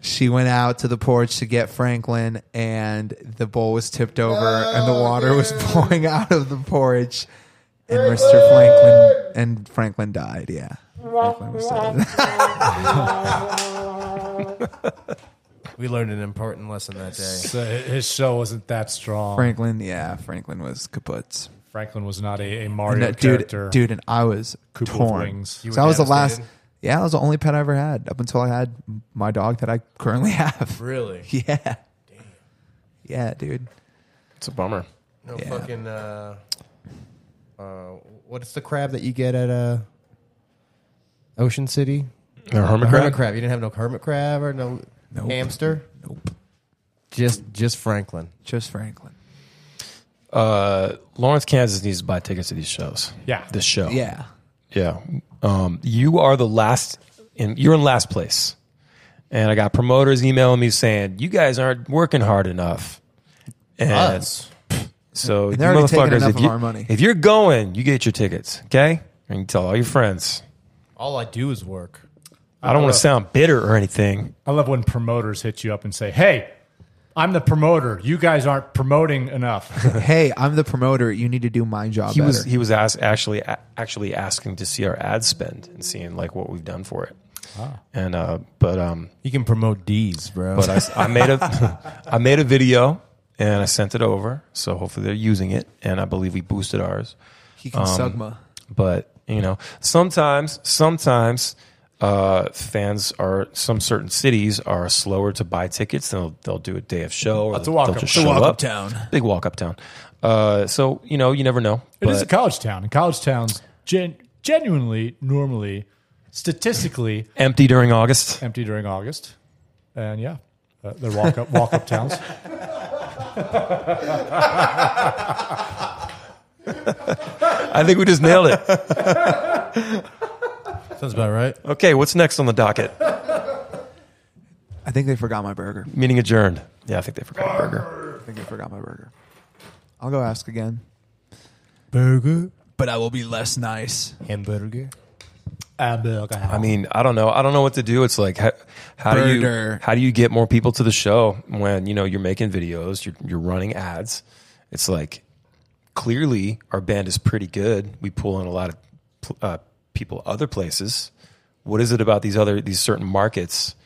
S4: She went out to the porch to get Franklin, and the bowl was tipped over, and the water was pouring out of the porridge. And Mr. Franklin and Franklin died. Yeah, Franklin was dead.
S2: We learned an important lesson that day.
S5: So hi- his show wasn't that strong.
S4: Franklin, yeah, Franklin was kaput.
S5: Franklin was not a, a
S4: And
S5: Mario
S4: that dude,
S5: character.
S4: dude, and I was
S5: Cooper with
S4: torn.
S5: wings.
S4: So
S5: You
S4: I
S2: were
S4: was the last.
S2: devastated?
S4: Yeah, I was the only pet I ever had up until I had my dog that I currently have.
S2: Really?
S4: Yeah. Yeah, dude.
S1: It's a bummer.
S10: No
S4: Yeah.
S10: fucking. Uh, uh, what's the crab that you get at uh, Ocean City?
S1: No, hermit
S10: A
S1: crab?
S10: hermit crab. You didn't have no hermit crab or no
S4: Nope.
S10: hamster.
S4: Nope.
S10: Just just Franklin.
S4: Just Franklin.
S1: Uh, Lawrence, Kansas needs to buy tickets to these shows.
S5: Yeah.
S1: This show.
S4: Yeah.
S1: Yeah. Um, you are the last in you're in last place. And I got promoters emailing me saying, You guys aren't working hard enough. And
S10: Us.
S1: so
S4: And they're
S1: you
S4: already taking
S1: motherfuckers,
S4: enough
S1: if,
S4: of
S1: you,
S4: our money.
S1: if you're going, you get your tickets, okay? And you tell all your friends.
S10: All I do is work.
S1: I don't want
S4: Uh,
S1: to sound bitter or anything.
S5: I love when promoters hit you up and say, "Hey, I'm the promoter. You guys aren't promoting enough."
S4: Hey, I'm the promoter. You need to do my job.
S1: He
S4: better.
S1: was he was ask, actually a- actually asking to see our ad spend and seeing like what we've done for it.
S4: Ah.
S1: And uh, but um,
S10: You can promote D's, bro.
S1: but I, I made a I made a video and I sent it over. So hopefully they're using it, and I believe we boosted ours.
S4: he
S5: Um,
S4: can sugma.
S1: But you know, sometimes sometimes uh, fans are some certain cities are slower to buy tickets. They'll they'll do a day of show or
S5: a walk-up.
S1: they'll just
S5: It's a
S1: show
S4: walk-up
S1: up.
S4: town.
S1: Big walk up town. Uh, so you know, you never know.
S5: it is a
S1: But-
S5: college town, and college towns gen- genuinely, normally, statistically,
S1: empty during August.
S5: empty during August. And yeah, uh, they're walk up walk up towns.
S1: I think we just nailed it.
S10: Sounds about right.
S1: Okay, what's next on the docket?
S4: I think they forgot my burger.
S1: Meeting adjourned. Yeah, I think they forgot a burger.
S4: I think I forgot my burger. I'll go ask again.
S10: Burger,
S4: But I will be less nice.
S10: hamburger.
S1: I mean, I don't know. I don't know what to do. It's like how, how do you
S4: Burger.
S1: how do you get more people to the show when you know you're making videos, you're you're running ads. It's like clearly our band is pretty good. We pull in a lot of pl- uh, people other places. What is it about these other these certain markets?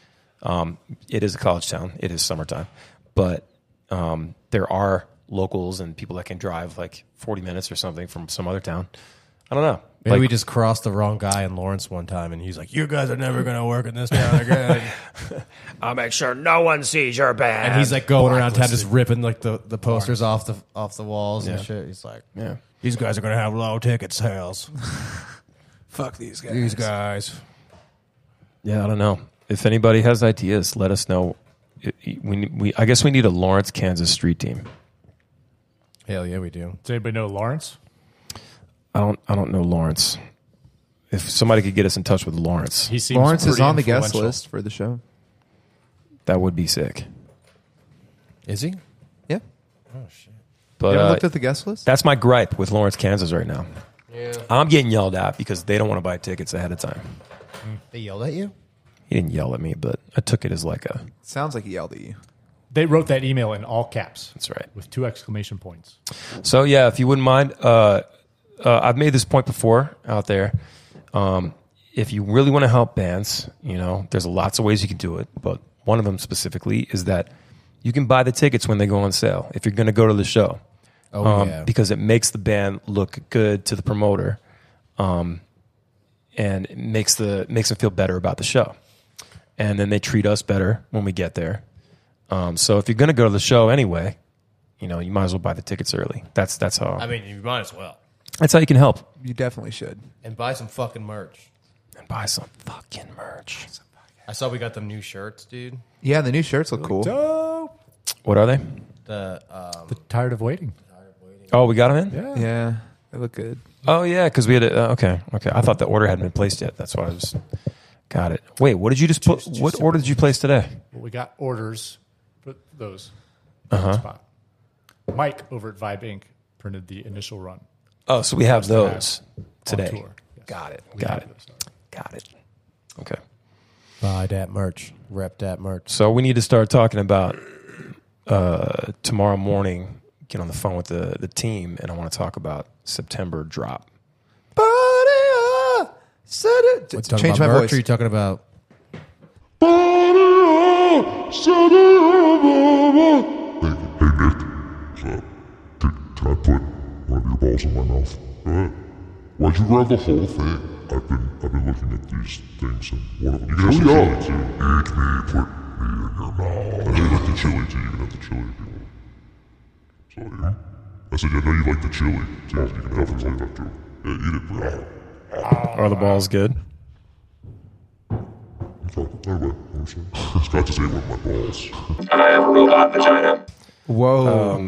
S1: Um, it is a college town. It is summertime, but um, there are locals and people that can drive like 40 minutes or something from some other town. I don't know.
S10: Maybe
S1: Like,
S10: we just crossed the wrong guy in Lawrence one time, and he's like, "You guys are never gonna work in this town again."
S1: I'll make sure no one sees your band.
S10: and he's like going around town, just ripping like the, the posters off the off the walls and shit. He's like,
S1: yeah.
S10: "These guys are gonna have low ticket sales.
S4: Fuck these guys.
S10: These guys."
S1: Yeah, I don't know. If anybody has ideas, let us know. It- it- We, we I guess we need a Lawrence, Kansas street team.
S10: Hell yeah, we do.
S5: Does anybody know Lawrence?
S1: I don't I don't know Lawrence. If somebody could get us in touch with Lawrence,
S5: He seems
S4: Lawrence is
S5: pretty
S4: on the guest
S5: influential.
S4: list for the show.
S1: that would be sick.
S10: Is he?
S4: Yeah.
S1: But
S4: You haven't
S1: uh,
S4: looked at the guest list?
S1: that's my gripe with Lawrence, Kansas right now. I'm getting yelled at because they don't want to buy tickets ahead of time.
S10: They yelled at you.
S1: He didn't yell at me, but I took it as like a
S4: Sounds like he yelled at you.
S5: They wrote that email in all caps.
S1: That's right.
S5: With two exclamation points.
S1: So yeah, if you wouldn't mind, uh, uh, I've made this point before out there. Um, if you really want to help bands, you know, there's lots of ways you can do it, but one of them specifically is that you can buy the tickets when they go on sale if you're going to go to the show.
S10: Oh, yeah.
S1: Um, Because it makes the band look good to the promoter, um, and it makes the makes them feel better about the show, and then they treat us better when we get there. Um, so if you're going to go to the show anyway, you know, you might as well buy the tickets early. That's that's how
S2: I mean, you might as well.
S1: that's how you can help.
S4: You definitely should.
S2: And buy some fucking merch.
S1: And buy some fucking merch.
S2: I saw we got them new shirts, dude.
S4: Yeah, the new shirts look cool.
S5: Oh,
S1: What are they?
S2: The um,
S5: tired of waiting.
S1: Oh, we got them in.
S5: Yeah.
S4: Yeah, they look good.
S1: Oh yeah, because we had a uh, okay, okay. I thought the order hadn't been placed yet. That's why I was got it. Wait, what did you just put? What order did you place today?
S5: Well, we got orders for those.
S10: Uh-huh.
S5: Spot. Mike over at Vibe Inc. printed the initial run.
S1: Oh, so we have those today.
S5: tour, yes.
S1: Got it. Got it. Got it. Okay.
S10: Buy that merch. Rep that merch.
S1: So we need to start talking about uh, tomorrow morning. Get on the phone with the the team, and I want to talk about September drop.
S10: Talking
S4: Change my
S10: about merch,
S4: voice.
S10: Or are you talking about
S8: Hey, Nick. Uh, did, can I put one of your balls in my mouth? Uh, why'd you grab the whole thing? I've been I've been looking at these things and one of them. You guys chili are to eat me, put me in your mouth. I didn't like the chili too. You can have the chili if you want. So yeah. I said, I know you like the chili. So you can have it if you like to. Yeah, eat it, bro.
S1: Are the balls good?
S8: So, anyway, I'm sorry. Scott just ate one of my balls.
S4: Whoa,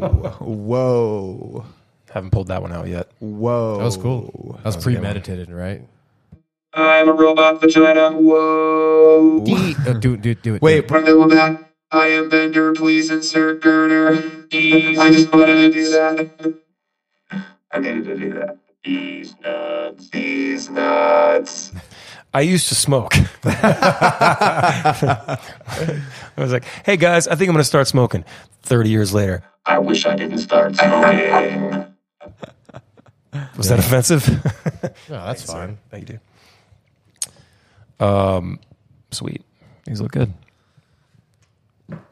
S4: whoa,
S1: Haven't pulled that one out yet.
S4: whoa.
S10: That was cool. Oh, That was premeditated, right?
S6: I'm a robot vagina. Whoa.
S10: Eat. Uh, do, do, do it.
S4: Wait,
S6: When they will back, I am Bender. Please insert girder. Ease. I just wanted to do that. I needed to do that. These nuts. These nuts.
S1: I used to smoke. I was like, hey guys, I think I'm going to start smoking. 30 years later.
S6: I wish I didn't start smoking.
S1: Was that offensive?
S10: No, that's fine.
S1: Thank you, dude. Um, sweet. These look good.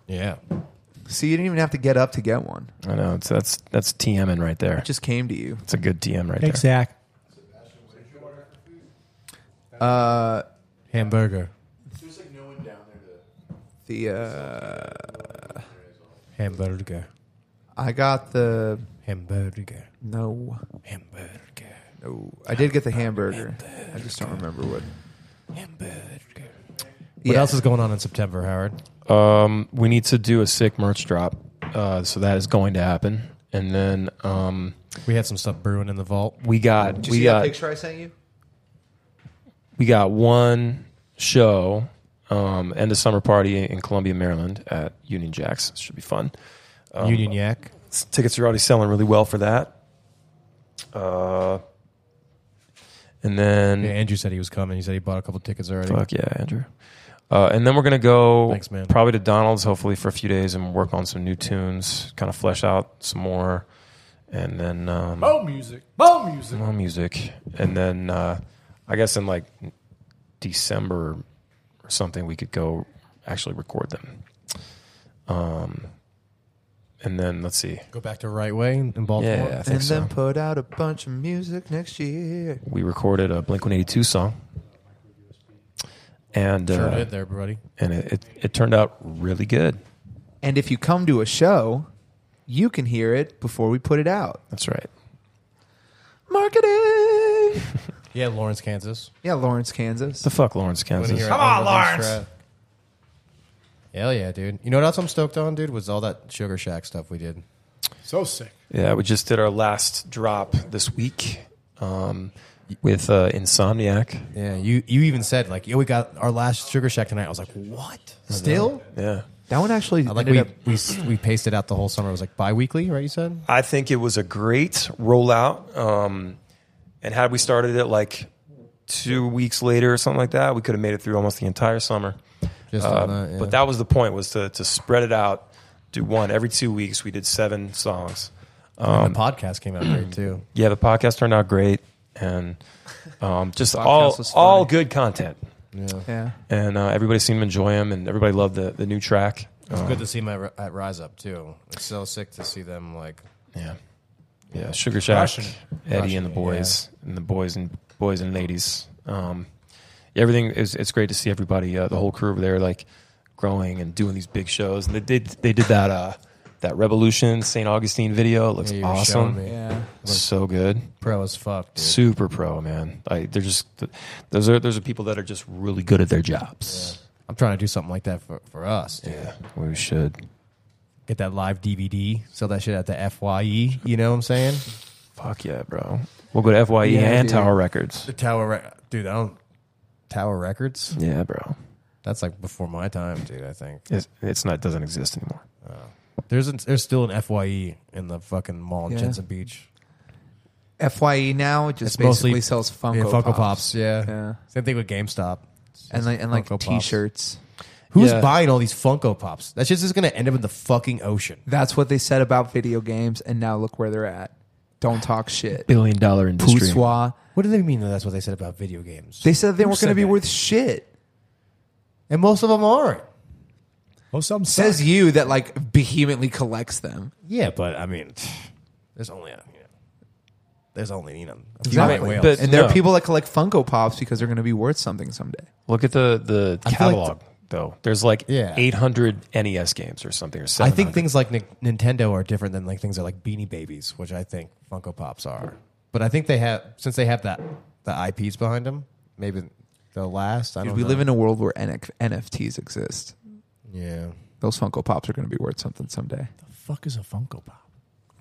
S10: Yeah.
S4: so you didn't even have to get up to get one.
S1: I know. It's, that's that's TMing right there.
S4: It just came to you.
S1: It's a good TM right there.
S2: Zach.
S4: Uh,
S10: Hamburger.
S4: the uh,
S10: Hamburger.
S4: I got the
S10: Hamburger.
S4: no,
S10: Hamburger.
S4: no. I did get the hamburger. I just don't remember what.
S10: Hamburger. What
S4: Yeah.
S10: else is going on in September, Howard?
S1: Um, we need to do a sick merch drop. Uh, so that is going to happen. And then um,
S10: We had some stuff brewing in the vault.
S1: we got
S4: Did you
S1: we
S4: see that
S1: got
S4: picture I sent you?
S1: we got one show um, end of summer party in Columbia, Maryland at Union Jacks. Should be fun. Um,
S10: Union Yak.
S1: tickets are already selling really well for that. Uh, and then
S10: Yeah, Andrew said he was coming. He said he bought a couple tickets already.
S1: fuck yeah, Andrew. Uh, and then we're gonna go
S10: Thanks, man.
S1: probably to Donald's hopefully for a few days and work on some new tunes, kind of flesh out some more, and then um,
S10: Oh.
S5: Bow music. Bow music.
S1: more music, and then uh, I guess in like December or something we could go actually record them. Um, and then let's see.
S10: Go back to Right Way in Baltimore.
S1: Yeah, I think
S4: And
S1: so.
S4: then put out a bunch of music next year.
S1: we recorded a Blink 182 song. And
S10: Sure
S1: uh,
S10: did there, buddy.
S1: and it, it, it turned out really good.
S4: And if you come to a show, you can hear it before we put it out.
S1: That's right.
S4: Marketing.
S10: Yeah, Lawrence, Kansas.
S4: yeah, Lawrence, Kansas.
S1: The fuck Lawrence, Kansas.
S10: Come on, Lawrence. Hell yeah, dude. You know what else I'm stoked on, dude? Was all that Sugar Shack stuff we did.
S5: So sick.
S1: Yeah, we just did our last drop this week um, with uh, Insomniac.
S10: Yeah, you, you even said, like, yo, we got our last Sugar Shack tonight. I was like, what? Still?
S1: Yeah.
S4: That one actually
S10: Like,
S4: ended
S10: we,
S4: up
S10: we, we pasted out the whole summer. It was like bi weekly, right? You said?
S1: I think it was a great rollout. Um, and had we started it like two weeks later or something like that, we could have made it through almost the entire summer.
S10: Just
S1: Uh,
S10: on that. Yeah.
S1: But that was the point was to to spread it out, do one every two weeks. We did seven songs.
S2: the podcast came out great too.
S1: Yeah, the podcast turned out great, and um, just all
S4: was
S1: all good content.
S4: Yeah.
S1: And uh, everybody seemed to enjoy them, and everybody loved the, the new track.
S2: It's good to see my at Rise Up too. It's so sick to see them like
S1: Yeah, yeah. Sugar Shack,
S5: Crushing it.
S1: Eddie, and the boys, and the boys and boys and ladies. Um, everything is. It's great to see everybody, uh, the whole crew over there, like growing and doing these big shows. And they did. They did that. Uh, that Revolution St. Augustine video It looks
S2: you were
S1: awesome.
S2: showing me.
S4: Yeah.
S1: So good.
S2: pro as fuck. Dude.
S1: Super pro, man. Like they're just those are those are people that are just really good at their jobs.
S2: I'm trying to do something like that for, for us. Dude.
S1: Yeah, we should.
S2: Get that live DVD, sell that shit at the Fye. You know what I'm saying?
S1: Fuck yeah, bro. We'll go to Fye and Tower Records.
S2: The Tower, Re- dude. I don't Tower Records.
S1: Yeah, bro.
S2: That's like before my time, dude. I think
S1: It's, it's not doesn't exist anymore.
S2: there's an, there's still an Fye in the fucking mall in
S4: Yeah.
S2: Jensen Beach.
S4: Fye E now just basically sells Funko,
S2: yeah, Funko Pops.
S4: Pops.
S2: Yeah.
S4: Yeah.
S2: same thing with GameStop.
S4: and like and like
S2: Funko Pops.
S4: T-shirts.
S2: Who's
S1: Yeah.
S2: buying all these Funko Pops? That shit's just gonna end up in the fucking ocean.
S4: That's what they said about video games, and now look where they're at. Don't talk shit.
S1: Billion dollar industry.
S4: Poussoir.
S2: What do they mean? That that's what they said about video games,
S4: They said they weren't
S2: said
S4: going to be
S2: that?
S4: worth shit.
S2: and most of them aren't.
S5: Most of them
S4: Says you that like vehemently collects them.
S2: Yeah, but I mean, there's only a, you know, there's only you know a few
S4: Exactly.
S2: white whales.
S1: But-
S4: And there
S1: No.
S4: are people that collect Funko Pops because they're going to be worth something someday.
S1: Look at the the
S2: feel like
S1: catalog though. There's like
S2: Yeah.
S1: 800 NES E games or something or
S2: I
S1: something.
S2: think things like Ni- Nintendo are different than like things that are like Beanie Babies, which I think Funko Pops are. But I think they have since they have that the IPs behind them, maybe they'll last. I
S4: Dude,
S2: don't
S4: we
S2: know.
S4: live in a world where NF- NFTs exist.
S2: yeah.
S4: Those Funko Pops are going to be worth something someday.
S5: fuck is a Funko Pop?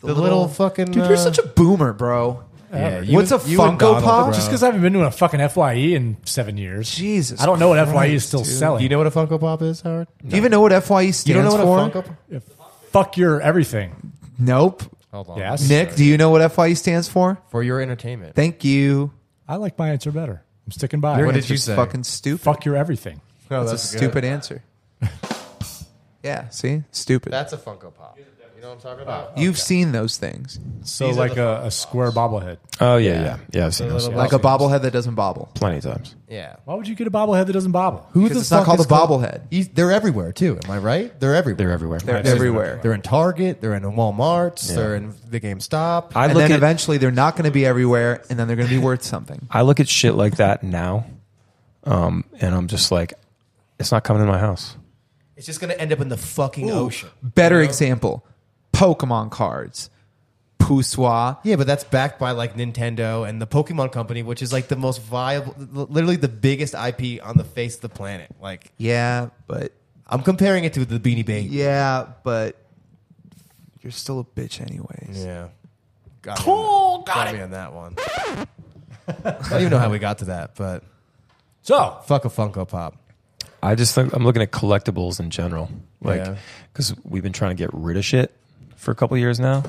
S2: The, little, fucking uh,
S4: Dude, you're such a boomer, bro.
S2: yeah,
S4: What's a Funko Pop?
S5: Just because I haven't been to a fucking Fye in seven years,
S4: Jesus
S5: I don't know what Fye is
S4: Christ,
S5: still
S4: dude.
S5: selling.
S2: Do you know what a Funko Pop is, Howard?
S4: Do you even know what FYE stands
S2: You don't know
S4: for?
S2: what a Funko Pop?
S5: fuck your everything.
S4: Nope.
S2: Hold on.
S5: Yes,
S4: Nick, do you know what FYE stands for?
S2: For your entertainment.
S4: Thank you.
S5: I like my answer better. I'm sticking by.
S2: Your
S5: it.
S2: What did
S4: It's
S2: you
S4: just
S2: say?
S4: Fucking stupid.
S5: fuck oh, your everything?
S2: No,
S4: That's, a stupid answer. yeah, see? Stupid.
S2: That's a Funko Pop. You know what I'm talking about?
S4: You've seen those things.
S5: So
S2: These are
S5: like
S2: the
S5: a, a square bobblehead.
S1: Oh yeah, yeah, yeah. I've seen those
S4: Like a bobblehead that doesn't bobble.
S1: plenty of times.
S2: Yeah.
S5: Why would you get a bobblehead that doesn't bobble?
S2: Who
S4: Because it's not called
S2: is
S4: a
S2: called-
S4: bobblehead.
S2: You- They're everywhere too. Am I right? They're everywhere.
S1: They're everywhere.
S4: They're
S5: seen
S4: everywhere.
S2: They're in Target. They're in WalMarts. They're in the GameStop.
S1: I
S4: and
S1: look
S4: then
S1: at
S4: eventually they're not going to be everywhere, and then they're going to be worth something.
S1: I look at shit like that now, um, and I'm just like, it's not coming in my house.
S2: it's just gonna end up in the fucking ocean.
S4: Better example Pokemon cards. Poussoir.
S2: Yeah, but that's backed by like Nintendo and the Pokemon Company, which is like the most viable, literally the biggest IP on the face of the planet. Like
S4: Yeah, but
S2: I'm comparing it to the Beanie Baby.
S4: yeah, but you're still a bitch anyways.
S2: Yeah. Got cool. Me on, got me on that one. I don't even know how we got to that, but
S5: So
S2: fuck a Funko Pop.
S1: I just think I'm looking at collectibles in general, like
S2: Yeah.
S1: because we've been trying to get rid of shit for a couple years now,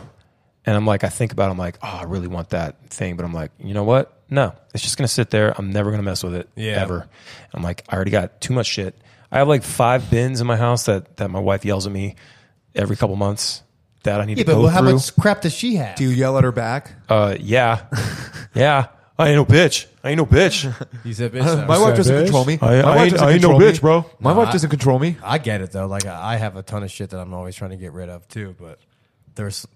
S1: and I'm like, I think about, it, I'm like, oh, I really want that thing, but I'm like, you know what? No, it's just gonna sit there. I'm never gonna mess with it
S2: Yeah.
S1: ever. And I'm like, I already got too much shit. I have like five bins in my house that that my wife yells at me every couple months that I need
S2: Yeah,
S1: to
S2: but
S1: go
S2: how
S1: through.
S2: much crap does she have?
S4: Do you yell at her back?
S1: uh, yeah, yeah. I ain't no bitch. I ain't no bitch.
S2: He's a bitch.
S4: My wife
S5: that
S4: doesn't
S5: bitch?
S4: control me.
S1: I,
S4: My
S1: I
S4: wife
S1: ain't,
S4: doesn't
S1: I ain't no
S4: control me.
S1: bitch, bro.
S4: My wife doesn't control me.
S2: I get it though. Like I I have a ton of shit that I'm always trying to get rid of too, but there's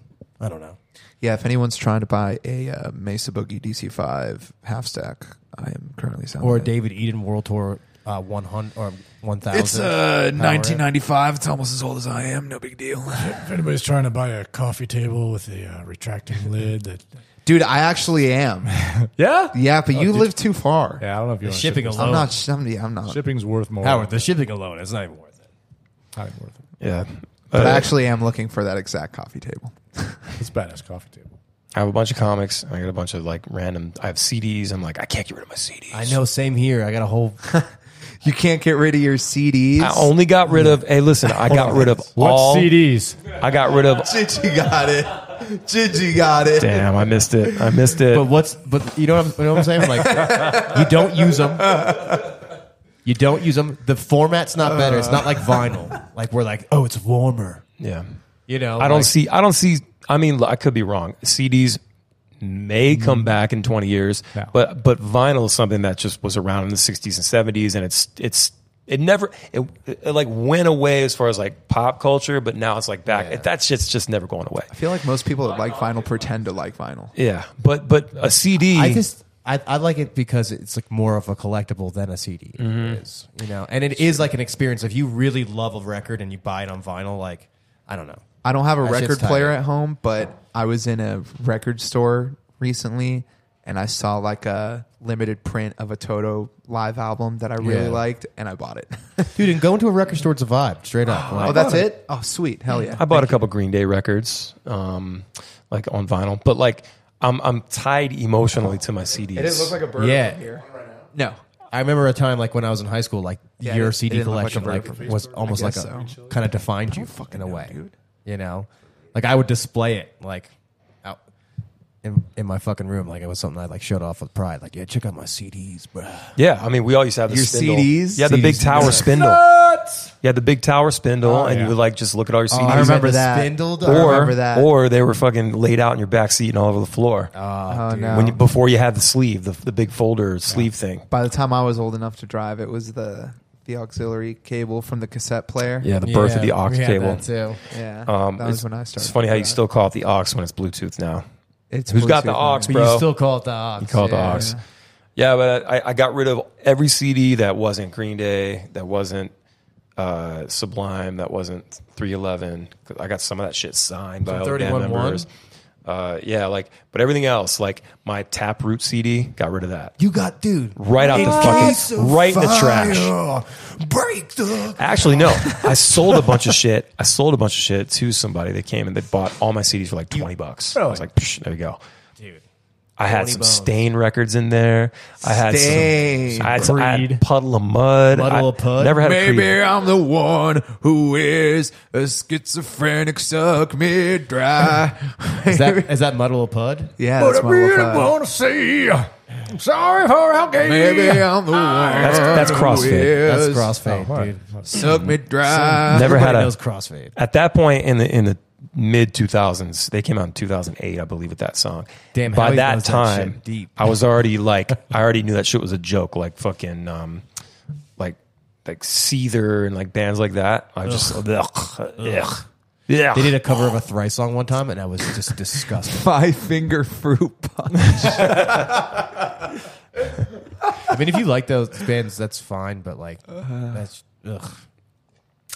S2: I don't know.
S4: Yeah, if anyone's trying to buy a uh, Mesa Boogie DC5 half stack, I am currently selling
S2: Or a
S4: it.
S2: David Eden World Tour uh, 100 or 1000.
S4: It's uh, 1995. It's almost as old as I am. No big deal.
S5: if anybody's trying to buy a coffee table with a uh, retracting lid, that
S4: Dude, I actually am.
S5: yeah,
S4: Yeah, but you live too far.
S5: yeah, I don't know if you want
S2: shipping
S5: shipping.
S2: alone.
S4: I'm not. sh- I'm, I'm not.
S5: Shipping's worth more.
S2: Howard, the shipping alone is not even worth it.
S5: Not even worth it.
S1: Yeah.
S4: But I
S1: Uh,
S4: actually am looking for that exact coffee table.
S5: It's a badass coffee table.
S1: I have a bunch of comics. and I got a bunch of like random. I have CDs. I'm like, I can't get rid of my CDs.
S2: I know, same here. I got a whole.
S4: You can't get rid of your CDs.
S1: I only got rid of. Hey, listen, I got rid of
S5: What
S1: all.
S5: CDs?
S1: I got rid of.
S4: Gigi got it. Gigi got it.
S1: Damn, I missed it. I missed it.
S2: But what's. But you know what I'm, you know what I'm saying? Like, you don't use them. You don't use them. The format's not better. It's not like vinyl. Like, we're like, oh, it's warmer.
S1: Yeah.
S11: You know,
S1: I don't
S11: like,
S1: see. I don't see. I mean, I could be wrong. CDs may come back in 20 years,
S5: No.
S1: but but vinyl is something that just was around in the 60s and 70s, and it's it's it never it, it like went away as far as like pop culture, but now it's like back. That shit's just never going away.
S4: I feel like most people that like vinyl pretend to like vinyl.
S1: Yeah, but but a CD.
S2: I just I, I like it because it's like more of a collectible than a CD is, you know. And it is like an experience. If you really love a record and you buy it on vinyl, like I don't know.
S4: I don't have a
S2: That shit's
S4: record player
S2: tight.
S4: at home, but I was in a record store recently and I saw like a limited print of a Toto live album that I really
S2: Yeah.
S4: liked and I bought it.
S2: Dude, and going to a record store, it's a vibe, straight up.
S4: oh,
S2: Like,
S4: that's it? Oh, sweet. Hell yeah.
S1: I bought a couple Green Day records, um, like on vinyl, but like I'm I'm tied emotionally to my CDs.
S4: a bird
S2: Yeah.
S4: No.
S2: I remember a time like when I was in high school, like
S4: Yeah, it-
S2: your
S4: it
S2: CD
S4: didn't look like a
S2: collection like,
S4: bird.
S2: was almost like
S4: guess
S2: a
S4: so.
S2: kind of defined you in a way. You know, like I would display it like out in, in my fucking room, like it was something I like showed off with pride. Like, yeah, check out my CDs, bruh.
S1: Yeah, I mean, we all used to have the
S2: Your
S1: spindle.
S2: CDs?
S1: Yeah, the big
S2: CDs.
S1: tower spindle. Yeah, the big tower spindle, and you
S5: yeah.
S1: would like just look at all your CDs.
S4: I Oh, remember
S2: the
S4: that.
S2: spindle,
S4: I
S2: dog.
S1: or,
S4: remember that.
S1: or they were fucking laid out in your back seat and all over the floor.
S4: oh, no.
S1: when you, before you had the sleeve, the, the big folder sleeve thing.
S4: By the time I was old enough to drive, it was the the auxiliary cable from the cassette player.
S1: Yeah, the birth of the aux
S2: we had
S1: cable.
S2: that too.
S4: Yeah.
S1: Um,
S4: that was
S1: it's-
S4: when I started.
S1: It's funny how you
S4: driving.
S1: still call it the aux when it's Bluetooth now.
S4: It's
S1: Who's got
S4: Bluetooth
S1: the
S4: now.
S1: aux,
S2: But
S1: bro?
S2: you still call it the ox.
S1: call it the aux. Yeah, but I, I got rid of every CD that wasn't Green Day, that wasn't uh, Sublime, that wasn't 311. 'Cause I got some of that shit signed by other band
S2: 31
S1: members. Uh, yeah, like, but everything else, like my Taproot CD, got rid of that.
S2: You got dude
S1: Right out
S2: in
S1: the fucking-
S2: case of
S1: right in the trash.
S2: fire, Break the
S1: Actually, no. I sold a bunch of shit. I sold a bunch of shit to somebody. They came and they bought all my CDs for like twenty bucks. I was like, Psh, there you go.
S2: dude.
S1: I had
S2: 20
S1: some
S2: bones.
S1: Stain records in there. I had
S4: Stain.
S1: some. I had, some, I had
S5: Creed.
S1: puddle of mud.
S2: Puddle
S1: I
S2: of Pud?
S1: Never had a Creed.
S4: Maybe I'm the one who is a schizophrenic, suck me dry.
S2: Is that is that muddle of pud?
S4: yeah, that's my little thought.
S5: to see. I'm sorry for how gay.
S4: Maybe I'm the one.
S1: That's that's CrossFit.
S2: That's
S4: Yes.
S2: crossfade, dude.
S4: Suck me dry.
S1: Never Oh, had
S2: Everybody
S1: a.
S2: knows crossfade.
S1: At that point in the in the mid 2000s, they came out in 2008, I believe, with that song.
S2: Damn,
S1: By
S2: Howie
S1: that
S2: knows that
S1: time,
S2: shit deep.
S1: I was already like, I already knew that shit was a joke. Like fucking, um, like like Seether and like bands like that. I just, ugh, ugh, ugh. yeah.
S2: They did a cover of a thrice song one time, and I was just disgusted.
S4: Five finger fruit punch.
S2: I mean, if you like those bands, that's fine, but like, that's ugh.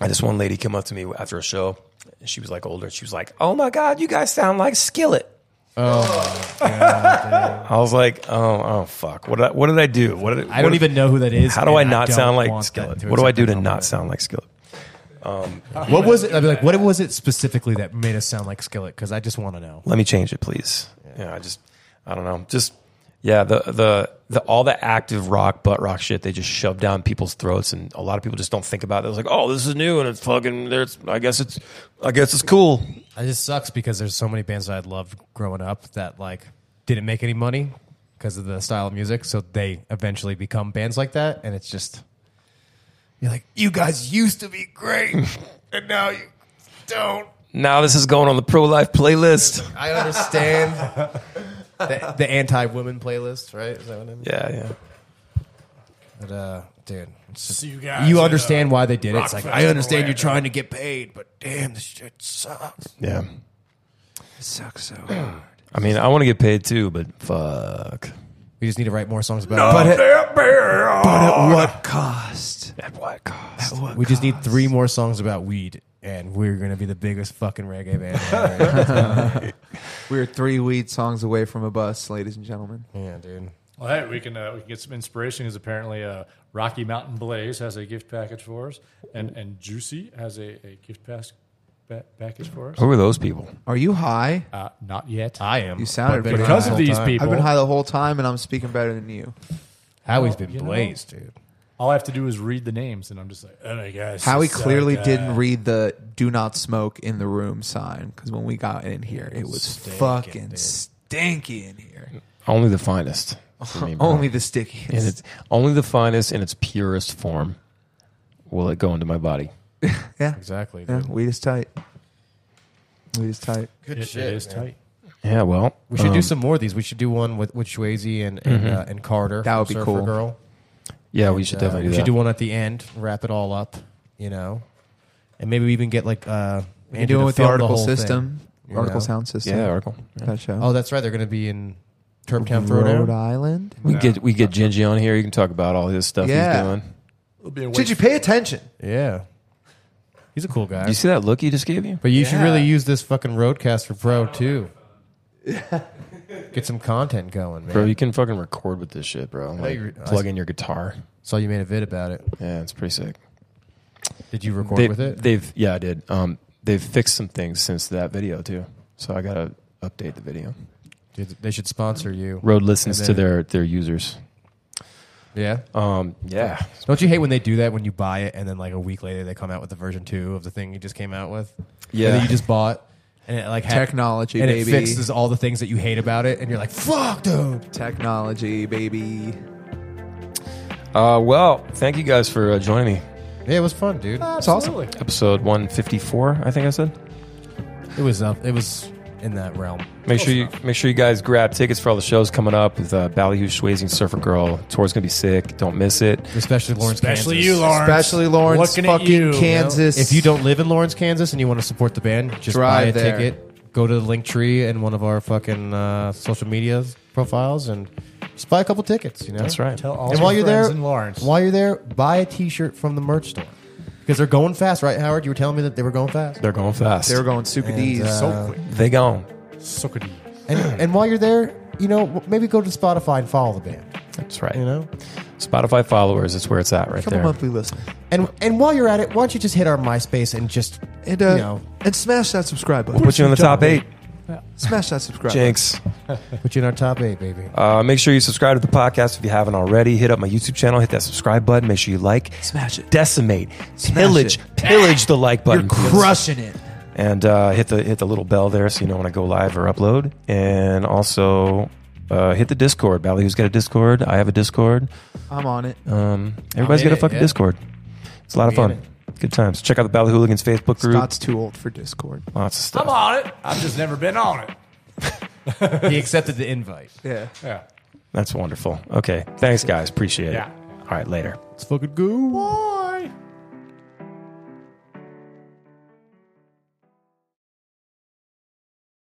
S1: And this one lady came up to me after a show. and She was like older. She was like, "Oh my god, you guys sound like Skillet." Oh, I was like, "Oh, oh, fuck! What did I, what did I do? What did
S2: I don't even know who that is.
S1: How do
S2: and
S1: I not
S2: don't
S1: sound like
S2: want
S1: Skillet?
S2: that
S1: What do I
S2: accept
S1: do
S2: that
S1: to not
S2: compliment.
S1: sound like Skillet?
S2: What was it? I'd be like, what was it specifically that made us sound like Skillet? Because I just want to know.
S1: Let me change it, please. Yeah. I just, I don't know. Just, yeah, the, the, the, all the active rock, butt rock shit, they just shove down people's throats. And a lot of people just don't think about it. It's like, oh, this is new and it's fucking, there's, I guess it's, I guess it's cool.
S2: It just sucks because there's so many bands that I loved growing up that like didn't make any money because of the style of music, so they eventually become bands like that, and it's just you're like, you guys used to be great, and now you don't.
S1: Now this is going on the pro life playlist.
S2: I understand the, the anti women playlist, right? Is that what I mean?
S1: Yeah, yeah.
S2: But, uh, dude, it's just-
S5: you
S2: you,
S5: guys at,
S2: understand why they did it. It's like I
S5: Festival
S2: understand you're
S5: Anthem.
S2: trying to get paid, but damn, this shit sucks.
S1: Yeah.
S4: Sucks so.
S1: I mean, I want to get paid too, but fuck.
S2: We just need to write more songs about it.
S4: But at what cost?
S1: At what cost?
S4: What
S2: We just need three more songs about weed, and we're gonna be the biggest fucking reggae band. ever.
S4: We're three weed songs away from a bus, ladies and gentlemen.
S2: yeah, dude.
S5: Well, hey, we can uh, we can get some inspiration because apparently uh, Rocky Mountain Blaze has a gift package for us, and and Juicy has a, a gift pass, pa- package for us.
S1: Who are those people?
S4: Are you high?
S5: Uh, not yet.
S2: I am.
S4: You sounded
S2: I've been
S5: because
S2: high
S5: of
S2: the
S5: these
S2: whole time.
S5: people,
S4: I've been high the whole time, and I'm speaking better than you.
S2: Howie's been
S5: You know?
S2: blazed, dude.
S5: all I have to do is read the names, and I'm just like, oh my gosh.
S4: Howie
S5: this
S4: clearly
S5: sucks.
S4: didn't read the "Do not smoke in the room" sign because when we got in here, it was fucking stinky in here.
S1: Only the finest. for me, bro.
S4: Only the stickiest.
S1: in its only the finest in its purest form will it go into my body.
S4: yeah,
S2: Exactly.
S4: yeah,
S2: Dude.
S4: weed is tight. He's tight.
S2: Good
S5: It- it is tight.
S1: Yeah, well,
S2: We should
S1: um,
S2: do some more of these. We should do one with with Swayze and and, uh, and Carter.
S4: That would
S2: from
S4: be
S2: Surfer
S4: cool.
S2: Girl.
S1: Yeah, we should
S2: Uh,
S1: definitely
S2: we
S1: do
S2: should
S1: that.
S2: do one at the end, wrap it all up, you know, and maybe we even get like uh,
S4: You're
S2: Andrew
S4: doing
S2: to
S4: it with the
S2: film
S4: article
S2: whole thing,
S4: system,
S2: you
S4: article
S2: know?
S4: sound system.
S1: yeah, Oracle. Yeah.
S4: that show.
S2: Oh, that's right. They're going to be in Termtown
S4: Rhode
S2: Throwdown.
S4: Island.
S1: We get we get Gingy on here. You can talk about all his stuff
S4: Yeah.
S1: he's doing.
S4: Did you pay attention?
S2: Yeah, he's a cool guy.
S1: You see that look he just gave you?
S2: But you should
S4: Yeah.
S2: really use this fucking Roadcaster Pro too. Get some content going, man.
S1: Bro, you can fucking record with this shit, bro. Like,
S2: you-
S1: plug in your guitar.
S2: Saw you made a vid about it.
S1: Yeah, it's pretty sick.
S2: Did you record
S1: They,
S2: with it?
S1: They've yeah, I did. Um, they've fixed some things since that video too. So I gotta update the video.
S2: Dude, they should sponsor you.
S1: Road listens
S2: And
S1: to
S2: then-
S1: their their users.
S2: Yeah.
S1: Um, yeah,
S2: Don't you hate when they do that when you buy it and then like a week later they come out with the version two of the thing you just came out with?
S1: Yeah.
S2: And that you just bought and it like had-
S4: Technology,
S2: and
S4: baby.
S2: it fixes all the things that you hate about it and you're like, fuck, dude.
S4: Technology, baby.
S1: Uh, well, thank you guys for uh, joining me.
S2: Yeah, it was fun, dude.
S4: That's awesome.
S1: Episode 154, I think I said.
S2: It was up. It was in that realm.
S1: Make sure you make sure you guys grab tickets for all the shows coming up with uh, Ballyhoo, Swayze, and Surfer Girl. Tour's gonna be sick. Don't miss it.
S2: Especially Lawrence,
S5: Especially
S2: Kansas.
S5: you, Lawrence.
S4: Especially Lawrence,
S5: Looking at
S4: fucking
S5: you.
S2: You know,
S4: Kansas.
S2: If you don't live in Lawrence, Kansas, and you want to support the band, just buy
S4: Drive
S2: a
S4: there.
S2: ticket. Go to the link tree and one of our fucking uh, social media profiles, and just buy a couple tickets. You know,
S1: That's right.
S5: Tell all
S2: and
S5: your
S2: while you're
S5: friends
S2: there,
S5: in Lawrence.
S2: while you're there, buy a T-shirt from the merch store because they're going fast, right, Howard? You were telling me that they were going fast.
S1: They're going fast.
S4: they were going super D's.
S1: uh,
S5: so quick.
S1: they gone.
S5: So quick.
S2: And, and while you're there, you know, w- maybe go to Spotify and follow the band.
S1: That's right.
S2: You know,
S1: Spotify followers, that's where it's at right
S4: Couple
S1: there.
S4: monthly listeners.
S2: and and while you're at it, why don't you just hit our MySpace and just
S4: And uh,
S2: you know
S4: and smash that subscribe button.
S1: Put you in the top eight,
S4: Smash that subscribe. button.
S1: Jinx.
S2: put you in our top eight, baby.
S1: Uh, make sure you subscribe to the podcast if you haven't already. Hit up my YouTube channel, hit that subscribe button. Make sure you like,
S4: Smash it.
S1: decimate,
S4: Smash
S1: pillage,
S4: it.
S1: pillage the like
S4: You're
S1: button. please.
S4: crushing it.
S1: and uh, hit the hit the little bell there so you know when I go live or upload. And also uh, hit the Discord. Ballyhoo's got a Discord. I have a Discord.
S4: I'm on it.
S1: Um, everybody's
S2: in
S1: got a
S2: it,
S1: fucking
S2: yeah.
S1: Discord. It's a lot of
S2: We in
S1: fun. Good times. Check out the Bally Hooligans Facebook group.
S4: Scott's too old for Discord.
S1: Lots of stuff.
S5: on it. I've just never been on it.
S2: he accepted the invite.
S4: Yeah.
S5: Yeah.
S1: That's wonderful. Okay. Thanks, guys. Appreciate
S5: Yeah.
S1: it. All right. Later.
S2: Let's fucking go.